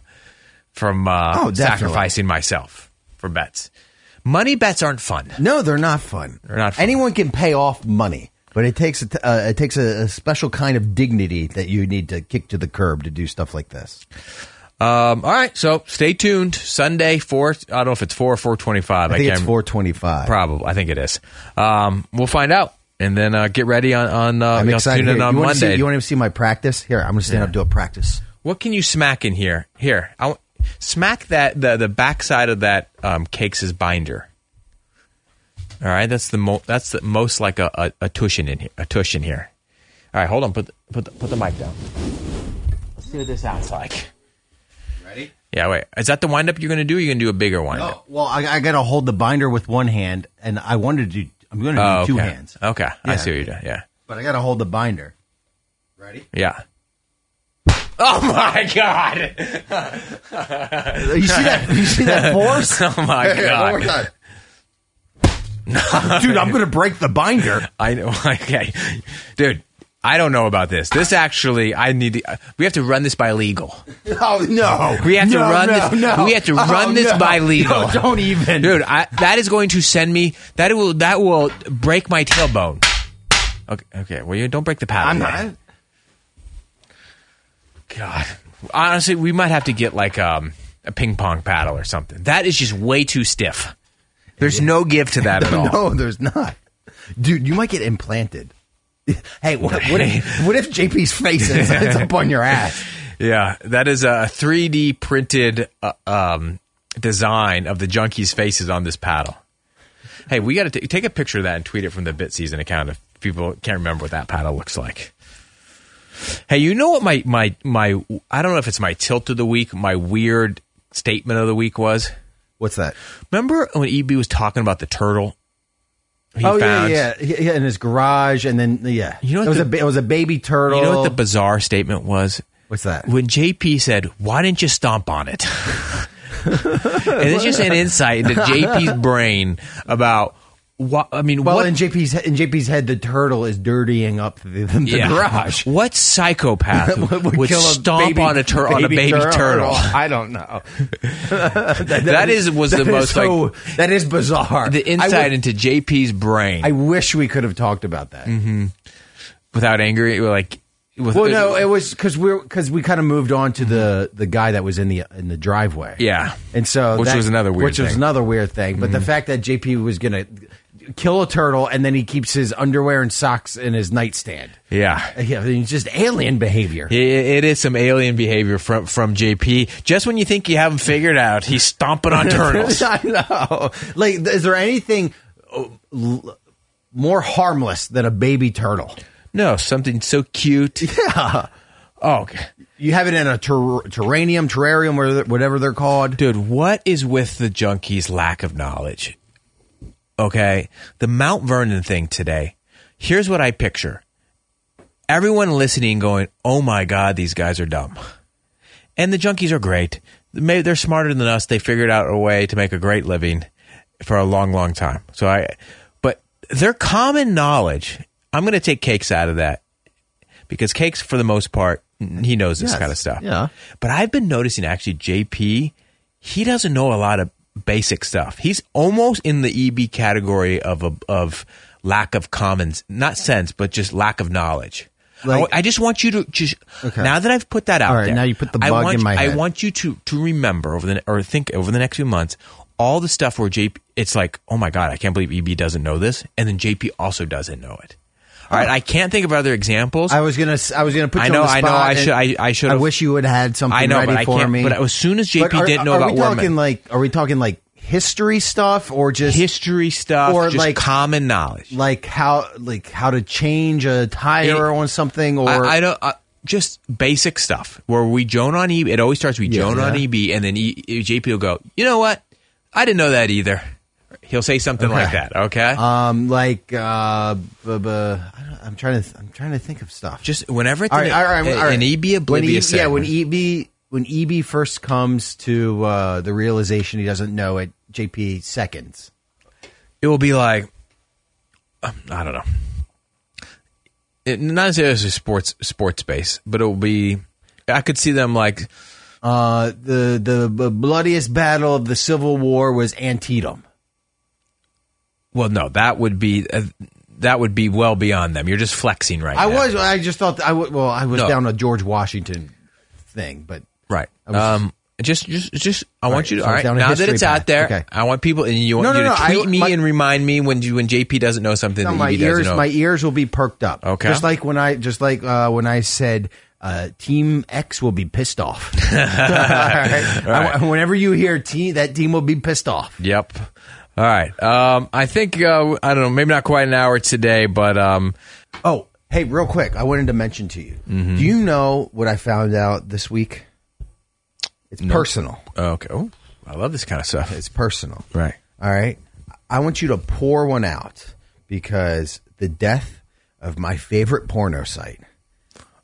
[SPEAKER 2] from uh,
[SPEAKER 3] Oh, definitely.
[SPEAKER 2] sacrificing myself for bets. Money bets aren't fun.
[SPEAKER 3] No, they're not fun.
[SPEAKER 2] They're not fun.
[SPEAKER 3] Anyone can pay off money, but it takes a t- uh, it takes a, a special kind of dignity that you need to kick to the curb to do stuff like this.
[SPEAKER 2] Um, all right, so stay tuned. Sunday four. I don't know if it's four or four twenty-five.
[SPEAKER 3] I think
[SPEAKER 2] can't
[SPEAKER 3] it's 425.
[SPEAKER 2] Probably, I think it is. Um, we'll find out, and then uh, get ready on on. Uh,
[SPEAKER 3] I'm
[SPEAKER 2] you know,
[SPEAKER 3] excited.
[SPEAKER 2] Tune
[SPEAKER 3] to
[SPEAKER 2] in
[SPEAKER 3] hear-
[SPEAKER 2] on
[SPEAKER 3] you want to
[SPEAKER 2] Monday.
[SPEAKER 3] see, you want to see my practice? Here, I'm going to stand up do a practice.
[SPEAKER 2] what can you smack in here? Here, I want, smack that the the backside of that um, cakes' binder. All right, that's the mo- that's the most like a, a, a tushin in here. A tushin here. All right, hold on. Put the, put the, put the mic down. Let's see what this sounds like.
[SPEAKER 3] Ready?
[SPEAKER 2] Yeah, wait. Is that the wind up you're going to do? Or you going to do a bigger wind up?
[SPEAKER 3] Oh, well, I, I got to hold the binder with one hand, and I wanted to. do- I'm going to do
[SPEAKER 2] Oh,
[SPEAKER 3] two
[SPEAKER 2] okay.
[SPEAKER 3] hands,
[SPEAKER 2] Okay, I
[SPEAKER 3] Yeah.
[SPEAKER 2] see what you're doing. Yeah,
[SPEAKER 3] but I got to hold the binder. Ready?
[SPEAKER 2] yeah. Oh my god!
[SPEAKER 3] You see that? You see that force?
[SPEAKER 2] Oh my
[SPEAKER 3] Hey, one more
[SPEAKER 2] god!
[SPEAKER 3] time. Dude, I'm going to break the binder.
[SPEAKER 2] I know. Okay, dude. I don't know about this. This actually, I need. To, we have to run this by legal,
[SPEAKER 3] Oh no!
[SPEAKER 2] We have to
[SPEAKER 3] No,
[SPEAKER 2] run
[SPEAKER 3] no,
[SPEAKER 2] this-
[SPEAKER 3] No.
[SPEAKER 2] we have to run this by legal.
[SPEAKER 3] No, don't even,
[SPEAKER 2] dude. I, that is going to send me. That will. That will break my tailbone. Okay. Okay. Well, you don't break the paddle.
[SPEAKER 3] I'm
[SPEAKER 2] man.
[SPEAKER 3] not.
[SPEAKER 2] God. Honestly, we might have to get like um, a ping pong paddle or something. That is just way too stiff. There's no give to that at all.
[SPEAKER 3] No, there's not. Dude, you might get implanted. Hey, what, what, if, what if JP's face ends- ends up on your ass?
[SPEAKER 2] Yeah, that is a 3D printed uh, um, design of the junkies' faces on this paddle. Hey, we got to take a picture of that and tweet it from the Bit Season account if people can't remember what that paddle looks like. Hey, you know what my my my I don't know if it's my tilt of the week, my weird statement of the week was.
[SPEAKER 3] What's that?
[SPEAKER 2] Remember when EB was talking about the turtle? He
[SPEAKER 3] oh
[SPEAKER 2] found?
[SPEAKER 3] yeah, yeah, yeah, in his garage, and then yeah,
[SPEAKER 2] You know what
[SPEAKER 3] it was
[SPEAKER 2] the-
[SPEAKER 3] a ba- it was a baby turtle.
[SPEAKER 2] You know what the bizarre statement was?
[SPEAKER 3] What's that?
[SPEAKER 2] When JP said, "Why didn't you stomp on it?" and it's just an insight into JP's brain about what I mean.
[SPEAKER 3] well,
[SPEAKER 2] what,
[SPEAKER 3] in JP's he- in JP's head, the turtle is dirtying up the, the
[SPEAKER 2] yeah.
[SPEAKER 3] garage.
[SPEAKER 2] What psychopath would,
[SPEAKER 3] kill a
[SPEAKER 2] stomp
[SPEAKER 3] baby-
[SPEAKER 2] on a tur- on a baby turtle?
[SPEAKER 3] I don't know.
[SPEAKER 2] that is was the
[SPEAKER 3] That is
[SPEAKER 2] most
[SPEAKER 3] so-
[SPEAKER 2] like
[SPEAKER 3] that is bizarre.
[SPEAKER 2] the
[SPEAKER 3] I,
[SPEAKER 2] insight
[SPEAKER 3] would-
[SPEAKER 2] into JP's brain
[SPEAKER 3] I wish we could have talked about that.
[SPEAKER 2] Mm-hmm. without anger. it was Like, with,
[SPEAKER 3] Well, no, it was because we're because we kind of moved on to the the guy that was in the in the driveway.
[SPEAKER 2] Mm-hmm. yeah,
[SPEAKER 3] and so
[SPEAKER 2] Which
[SPEAKER 3] that-
[SPEAKER 2] was another weird
[SPEAKER 3] which was
[SPEAKER 2] thing. Mm-hmm.
[SPEAKER 3] another weird thing. But the fact that JP was gonna kill a turtle and then he keeps his underwear and socks in his nightstand. Uh,
[SPEAKER 2] yeah.
[SPEAKER 3] Yeah, I mean, it's just alien behavior.
[SPEAKER 2] It, it is some alien behavior from from JP. Just when you think you have him figured out, he's stomping on turtles.
[SPEAKER 3] I know. Like, is there anything oh, l- more harmless than a baby turtle?
[SPEAKER 2] No, something so cute. Yeah. Oh, g-
[SPEAKER 3] You have it in a ter- terranium, terrarium, or th- whatever they're called.
[SPEAKER 2] dude, what is with the junkies' lack of knowledge? Okay, the Mount Vernon thing today. Here's what I picture: everyone listening, going, "Oh my god, these guys are dumb," and the junkies are great. Maybe they're smarter than us. They figured out a way to make a great living for a long, long time. So I, but their common knowledge. I'm going to take cakes out of that because cakes, for the most part, he knows this
[SPEAKER 3] Yes.
[SPEAKER 2] kind of stuff.
[SPEAKER 3] Yeah.
[SPEAKER 2] But I've been noticing actually, JP, he doesn't know a lot of basic stuff. He's almost in the EB category of a, of lack of common, not sense, but just lack of knowledge.
[SPEAKER 3] Like-
[SPEAKER 2] I, I just want you to just now that I've put that out
[SPEAKER 3] All right,
[SPEAKER 2] there.
[SPEAKER 3] now you put the
[SPEAKER 2] I
[SPEAKER 3] bug
[SPEAKER 2] want,
[SPEAKER 3] in my
[SPEAKER 2] I
[SPEAKER 3] head.
[SPEAKER 2] want you to to remember over the or think over the next few months all the stuff where JP. It's like, oh my god, I can't believe EB doesn't know this, and then JP also doesn't know it. All right, I can't think of other examples.
[SPEAKER 3] I was gonna. s- I was gonna put.
[SPEAKER 2] I
[SPEAKER 3] You
[SPEAKER 2] know,
[SPEAKER 3] On the
[SPEAKER 2] I know,
[SPEAKER 3] spot
[SPEAKER 2] I
[SPEAKER 3] and
[SPEAKER 2] should- I- I should've-
[SPEAKER 3] wish you would have had something
[SPEAKER 2] I know,
[SPEAKER 3] ready
[SPEAKER 2] but I
[SPEAKER 3] for
[SPEAKER 2] can't-
[SPEAKER 3] me.
[SPEAKER 2] but as soon as
[SPEAKER 3] But
[SPEAKER 2] JP didn't know
[SPEAKER 3] are
[SPEAKER 2] about
[SPEAKER 3] we
[SPEAKER 2] Werman-
[SPEAKER 3] talking like? Are we talking like history stuff or just
[SPEAKER 2] History stuff
[SPEAKER 3] Or
[SPEAKER 2] just
[SPEAKER 3] like-
[SPEAKER 2] common knowledge.
[SPEAKER 3] Like how? Like how to change a tire
[SPEAKER 2] It-
[SPEAKER 3] on something? Or
[SPEAKER 2] I, I don't. I, just basic stuff where we Joan on EB. It always starts with Joan on
[SPEAKER 3] Yeah.
[SPEAKER 2] EB, and then e, JP will go. You know what? I didn't know that either. He'll say something like that. Okay.
[SPEAKER 3] um, like uh, bu- bu- I don't, I'm trying to. Th- I'm trying to think of stuff.
[SPEAKER 2] just whenever it's E
[SPEAKER 3] all right,
[SPEAKER 2] an,
[SPEAKER 3] all right, all right.
[SPEAKER 2] an EB
[SPEAKER 3] When E-
[SPEAKER 2] oblivious.
[SPEAKER 3] yeah, when
[SPEAKER 2] segment.
[SPEAKER 3] EB when EB first comes to uh, the realization he doesn't know it, JP seconds.
[SPEAKER 2] it will be like um, I don't know. It, not necessarily as a sports sports base, but it will be. I could see them like
[SPEAKER 3] Uh, the the b- bloodiest battle of the Civil War was Antietam.
[SPEAKER 2] Well, no, that would be uh, that would be well beyond them. You're just flexing right
[SPEAKER 3] I
[SPEAKER 2] now.
[SPEAKER 3] was. I just thought. that I w- well, I was
[SPEAKER 2] No.
[SPEAKER 3] down a George Washington thing, but
[SPEAKER 2] Right.
[SPEAKER 3] I was-
[SPEAKER 2] um, just, just, just. I want
[SPEAKER 3] Right,
[SPEAKER 2] you to.
[SPEAKER 3] so
[SPEAKER 2] all
[SPEAKER 3] it's
[SPEAKER 2] right.
[SPEAKER 3] down a
[SPEAKER 2] Now that
[SPEAKER 3] history
[SPEAKER 2] it's
[SPEAKER 3] path.
[SPEAKER 2] out there,
[SPEAKER 3] Okay.
[SPEAKER 2] I want people and you want
[SPEAKER 3] No,
[SPEAKER 2] you
[SPEAKER 3] no,
[SPEAKER 2] to
[SPEAKER 3] no, I-
[SPEAKER 2] tweet me
[SPEAKER 3] my-
[SPEAKER 2] and remind me when you when JP doesn't know something
[SPEAKER 3] No,
[SPEAKER 2] that
[SPEAKER 3] my
[SPEAKER 2] he
[SPEAKER 3] ears,
[SPEAKER 2] doesn't know.
[SPEAKER 3] my ears will be perked up.
[SPEAKER 2] Okay.
[SPEAKER 3] just like when I, just like uh, when I said, uh, Team X will be pissed off. All right? I- whenever you hear team, that team will be pissed off.
[SPEAKER 2] Yep. All right. Um, I think uh, I don't know. Maybe not quite an hour today, but um,
[SPEAKER 3] Oh, hey, real quick, I wanted to mention to you.
[SPEAKER 2] Mm-hmm.
[SPEAKER 3] Do you know what I found out this week? It's personal.
[SPEAKER 2] oh, okay. Ooh, I love this kind of stuff.
[SPEAKER 3] It's personal.
[SPEAKER 2] right.
[SPEAKER 3] All right. I want you to pour one out because the death of my favorite porno site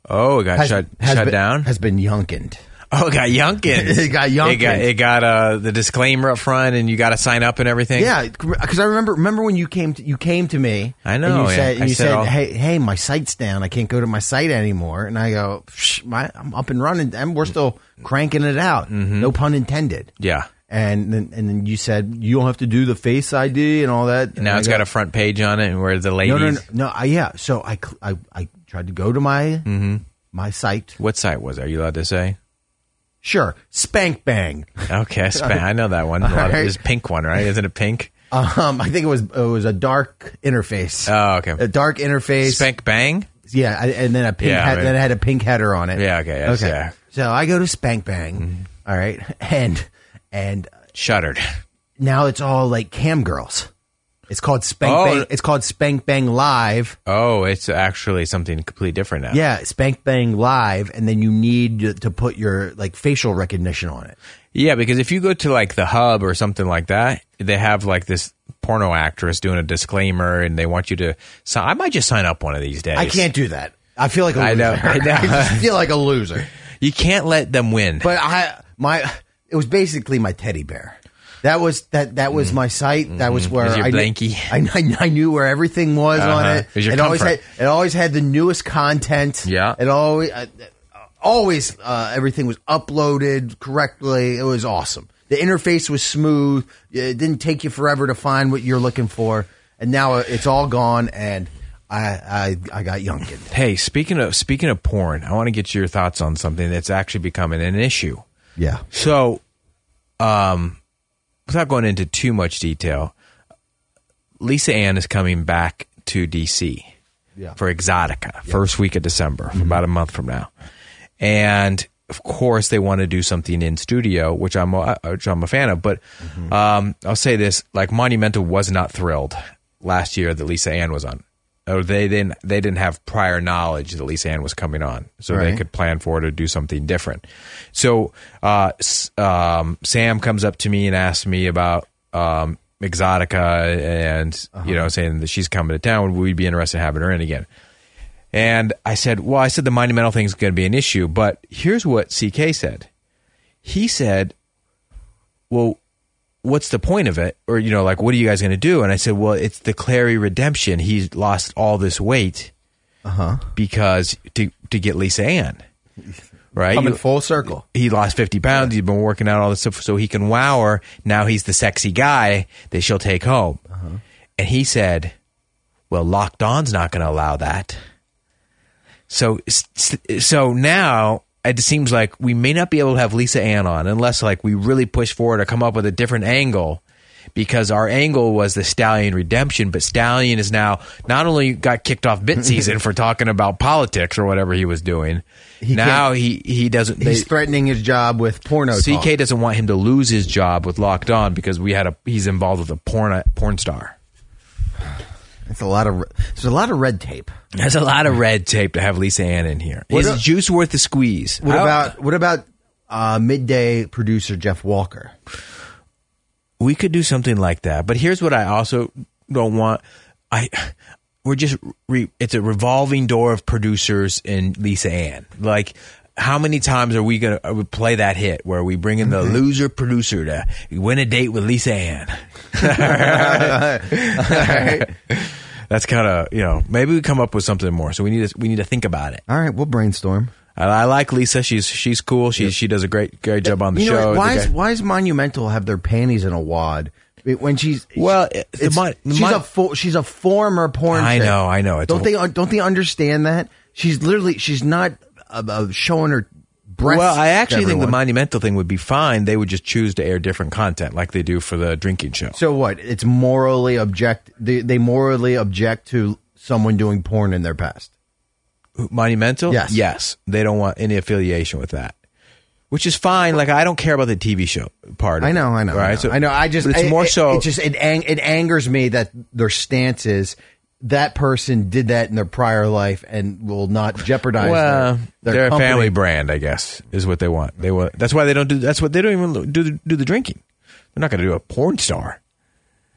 [SPEAKER 2] Oh, it got shut
[SPEAKER 3] has
[SPEAKER 2] shut
[SPEAKER 3] been-
[SPEAKER 2] down.
[SPEAKER 3] has been yunkened.
[SPEAKER 2] oh, it got Yunkins.
[SPEAKER 3] It got
[SPEAKER 2] It got,
[SPEAKER 3] Yunkins.
[SPEAKER 2] it got uh, the disclaimer up front, and you got to sign up and everything.
[SPEAKER 3] Yeah, because I remember remember when you came to, you came to me.
[SPEAKER 2] I
[SPEAKER 3] And
[SPEAKER 2] know,
[SPEAKER 3] you
[SPEAKER 2] yeah.
[SPEAKER 3] said, and
[SPEAKER 2] I
[SPEAKER 3] you
[SPEAKER 2] said
[SPEAKER 3] said
[SPEAKER 2] all-
[SPEAKER 3] "Hey, hey, my site's down. I can't go to my site anymore." And I go, Psh, my, "I'm up and running. And we're still cranking it out.
[SPEAKER 2] Mm-hmm.
[SPEAKER 3] No pun intended."
[SPEAKER 2] Yeah.
[SPEAKER 3] And then and then you said you don't have to do the face ID and all that.
[SPEAKER 2] And now
[SPEAKER 3] I
[SPEAKER 2] it's
[SPEAKER 3] go,
[SPEAKER 2] got a front page on it, and where the ladies.
[SPEAKER 3] Oh no, no, no, no. I, yeah. So I, cl- I I tried to go to my
[SPEAKER 2] Mm-hmm.
[SPEAKER 3] my site.
[SPEAKER 2] What site was? it? Are you allowed to say?
[SPEAKER 3] Sure, Spank Bang.
[SPEAKER 2] Okay, span. I know that one. A lot of-
[SPEAKER 3] Alright.
[SPEAKER 2] It's pink one, right? Isn't it pink?
[SPEAKER 3] Um, I think it was it was a dark interface.
[SPEAKER 2] Oh, okay.
[SPEAKER 3] a dark interface.
[SPEAKER 2] Spank bang.
[SPEAKER 3] Yeah, I- and then a pink
[SPEAKER 2] Yeah,
[SPEAKER 3] hat,
[SPEAKER 2] right.
[SPEAKER 3] then it had a pink header on it.
[SPEAKER 2] Yeah, okay, yes, yeah. Mm-hmm.
[SPEAKER 3] So I go to Spank Bang, all right, and and
[SPEAKER 2] Shuttered.
[SPEAKER 3] now it's all like cam girls. It's called Spank
[SPEAKER 2] Oh.
[SPEAKER 3] Bang. It's called Spank Bang Live.
[SPEAKER 2] Oh, it's actually something completely different now.
[SPEAKER 3] Yeah, Spank Bang Live, and then you need to, to put your like facial recognition on it.
[SPEAKER 2] Yeah, because if you go to like the hub or something like that, they have like this porno actress doing a disclaimer, and they want you to. So I might just sign up one of these days.
[SPEAKER 3] I can't do that. I feel like a loser.
[SPEAKER 2] I know, I know.
[SPEAKER 3] just feel like a loser.
[SPEAKER 2] You can't let them win.
[SPEAKER 3] But I my it was basically my teddy bear. That was that that was my site. That was where
[SPEAKER 2] Mm. Mm-hmm. Is your
[SPEAKER 3] I, knew-
[SPEAKER 2] blankie?
[SPEAKER 3] I I I knew where everything was on
[SPEAKER 2] Uh-huh.
[SPEAKER 3] it.
[SPEAKER 2] Is your
[SPEAKER 3] it always had
[SPEAKER 2] comfort.
[SPEAKER 3] it always had the newest content.
[SPEAKER 2] Yeah.
[SPEAKER 3] It always uh, always uh, everything was uploaded correctly. It was awesome. The interface was smooth. It didn't take you forever to find what you're looking for. And now it's all gone and I I I got yunkin.
[SPEAKER 2] hey, speaking of speaking of porn, I want to get your thoughts on something that's actually becoming an issue.
[SPEAKER 3] Yeah.
[SPEAKER 2] So, um, without going into too much detail, Lisa Ann is coming back to DC
[SPEAKER 3] Yeah. Mm-hmm.
[SPEAKER 2] for Exotica first week of December, about a month from now, and of course they want to do something in studio, which I'm a, which I'm a fan of. But um, I'll say this: like Monumental was not thrilled last year that Lisa Ann was on. Or they didn't. They didn't have prior knowledge that Lisa Ann was coming on, so they
[SPEAKER 3] Right.
[SPEAKER 2] could plan for it or do something different. So uh, S- um, Sam comes up to me and asks me about um, Exotica and you know saying that she's coming to town. Would we be interested in having her in again? And I said, well, I said the monumental thing is going to be an issue, but here's what CK said. He said, well, what's the point of it? Or, you know, like, what are you guys going to do? And I said, well, it's the Clary redemption. He's lost all this weight because to, to get Lisa Ann, right?
[SPEAKER 3] Coming
[SPEAKER 2] You-
[SPEAKER 3] full circle.
[SPEAKER 2] he lost 50 pounds. He's been working out all this stuff so he can wow her. Now he's the sexy guy that she'll take home. And he said, well, Locked On's not going to allow that. So, s- s- so now it seems like we may not be able to have Lisa Ann on unless like we really push forward or come up with a different angle because our angle was the Stallion redemption, but Stallion is now not only got kicked off bit season for talking about politics or whatever he was doing. now he, he doesn't,
[SPEAKER 3] He's
[SPEAKER 2] they-
[SPEAKER 3] threatening his job with porno.
[SPEAKER 2] CK
[SPEAKER 3] talk.
[SPEAKER 2] doesn't want him to lose his job with Locked On because we had a he's involved with a porn porn star.
[SPEAKER 3] It's a lot of it's a lot of red tape.
[SPEAKER 2] There's a lot of red tape to have Lisa Ann in here. Is
[SPEAKER 3] a-
[SPEAKER 2] juice worth the squeeze?
[SPEAKER 3] What
[SPEAKER 2] I-
[SPEAKER 3] about what about uh, midday producer Jeff Walker?
[SPEAKER 2] we could do something like that? But here's what I also don't want. I we're just re, it's a revolving door of producers and Lisa Ann. Like how many times are we gonna uh, we play that hit where we bring in the loser producer to win a date with Lisa Ann? That's kind of you know maybe we come up with something more. So we need to we need to think about it.
[SPEAKER 3] All right, we'll brainstorm.
[SPEAKER 2] I, I like Lisa. She's she's cool. She she does a great great job on the
[SPEAKER 3] You know,
[SPEAKER 2] show.
[SPEAKER 3] why
[SPEAKER 2] The
[SPEAKER 3] is
[SPEAKER 2] guy-
[SPEAKER 3] why is Monumental have their panties in a wad when she's
[SPEAKER 2] Well, it- the
[SPEAKER 3] it's-
[SPEAKER 2] mon- the
[SPEAKER 3] she's
[SPEAKER 2] mon-
[SPEAKER 3] a fo- she's a former porn.
[SPEAKER 2] I
[SPEAKER 3] chick.
[SPEAKER 2] know, I know. It's
[SPEAKER 3] don't
[SPEAKER 2] a-
[SPEAKER 3] they don't they understand that she's literally she's not uh, uh, showing her breasts.
[SPEAKER 2] well, I actually
[SPEAKER 3] to
[SPEAKER 2] think the
[SPEAKER 3] everyone.
[SPEAKER 2] monumental thing would be fine. They would just choose to air different content like they do for the drinking show.
[SPEAKER 3] So what? It's morally object. They, they morally object to someone doing porn in their past.
[SPEAKER 2] monumental?
[SPEAKER 3] Yes.
[SPEAKER 2] Yes. They don't want any affiliation with that. Which is fine. Like I don't care about the TV show part. Of
[SPEAKER 3] I know,
[SPEAKER 2] it,
[SPEAKER 3] I know,
[SPEAKER 2] Right.
[SPEAKER 3] I know. I know. I just
[SPEAKER 2] but it's
[SPEAKER 3] I-
[SPEAKER 2] more
[SPEAKER 3] it-
[SPEAKER 2] so.
[SPEAKER 3] It just it ang- it angers me that their stance is that person did that in their prior life and will not jeopardize.
[SPEAKER 2] well,
[SPEAKER 3] their, their
[SPEAKER 2] they're a
[SPEAKER 3] company.
[SPEAKER 2] family brand, I guess, is what they want. They want. That's why they don't do. That's what they don't even do. The, do the drinking. They're not going to do a porn star,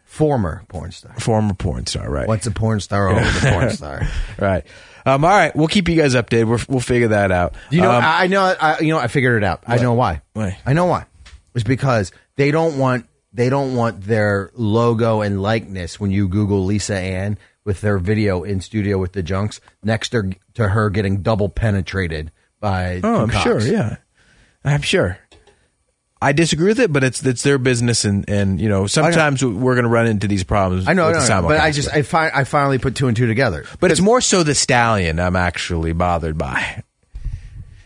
[SPEAKER 3] former porn star.
[SPEAKER 2] former porn star, right?
[SPEAKER 3] Once a porn star, always a porn star.
[SPEAKER 2] Right. Um, all right. We'll keep you guys updated. We're, we'll figure that out.
[SPEAKER 3] You know,
[SPEAKER 2] Um,
[SPEAKER 3] I I know. I, you know, I figured it out. I know why.
[SPEAKER 2] Why?
[SPEAKER 3] I know why. It's because they don't want they don't want their logo and likeness when you Google Lisa Ann with their video in studio with the Junks next to, to her getting double penetrated by.
[SPEAKER 2] oh,
[SPEAKER 3] two
[SPEAKER 2] I'm
[SPEAKER 3] cocks.
[SPEAKER 2] sure. Yeah, I'm sure. I disagree with it, but it's it's their business, and and you know sometimes we're going to run into these problems.
[SPEAKER 3] I know,
[SPEAKER 2] with
[SPEAKER 3] no,
[SPEAKER 2] the
[SPEAKER 3] no, but I
[SPEAKER 2] simulcast.
[SPEAKER 3] just I fi- I finally put two and two together.
[SPEAKER 2] But it's more so the stallion I'm actually bothered by.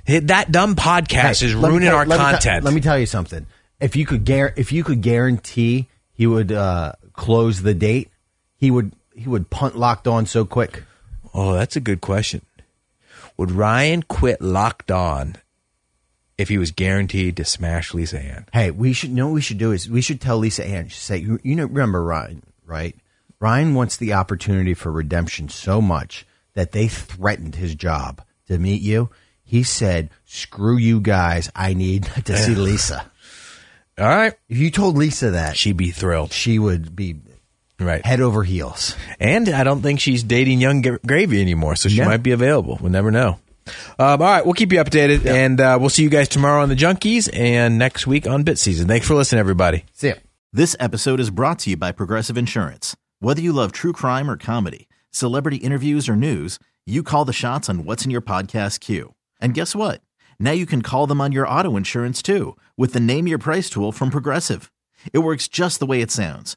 [SPEAKER 2] Hit- That dumb podcast
[SPEAKER 3] Hey,
[SPEAKER 2] is
[SPEAKER 3] let me
[SPEAKER 2] ruining
[SPEAKER 3] tell-
[SPEAKER 2] our
[SPEAKER 3] let me tell-
[SPEAKER 2] content.
[SPEAKER 3] let me tell you something. If you could guar- if you could guarantee he would uh, close the date, he would he would punt locked on so quick.
[SPEAKER 2] oh, that's a good question. Would Ryan quit Locked On if he was guaranteed to smash Lisa Ann?
[SPEAKER 3] Hey, we should you know what we should do is we should tell Lisa Ann. She say you, you know remember Ryan right? Ryan wants the opportunity for redemption so much that they threatened his job to meet you. He said, "Screw you guys! I need to see Lisa."
[SPEAKER 2] All right,
[SPEAKER 3] If you told Lisa that,
[SPEAKER 2] she'd be thrilled,
[SPEAKER 3] she would be
[SPEAKER 2] right?
[SPEAKER 3] head over heels.
[SPEAKER 2] And I don't think she's dating Young Gra- Gravy anymore, so she
[SPEAKER 3] No.
[SPEAKER 2] might be available. We'll never know. Um, all right, we'll keep you updated, and uh, we'll see you guys tomorrow on the Junkies and next week on Bit Season. Thanks for listening, everybody.
[SPEAKER 3] See ya.
[SPEAKER 5] This episode is brought to you by Progressive Insurance. Whether you love true crime or comedy, celebrity interviews or news, you call the shots on what's in your podcast queue. And guess what? Now you can call them on your auto insurance too with the Name Your Price tool from Progressive. It works just the way it sounds.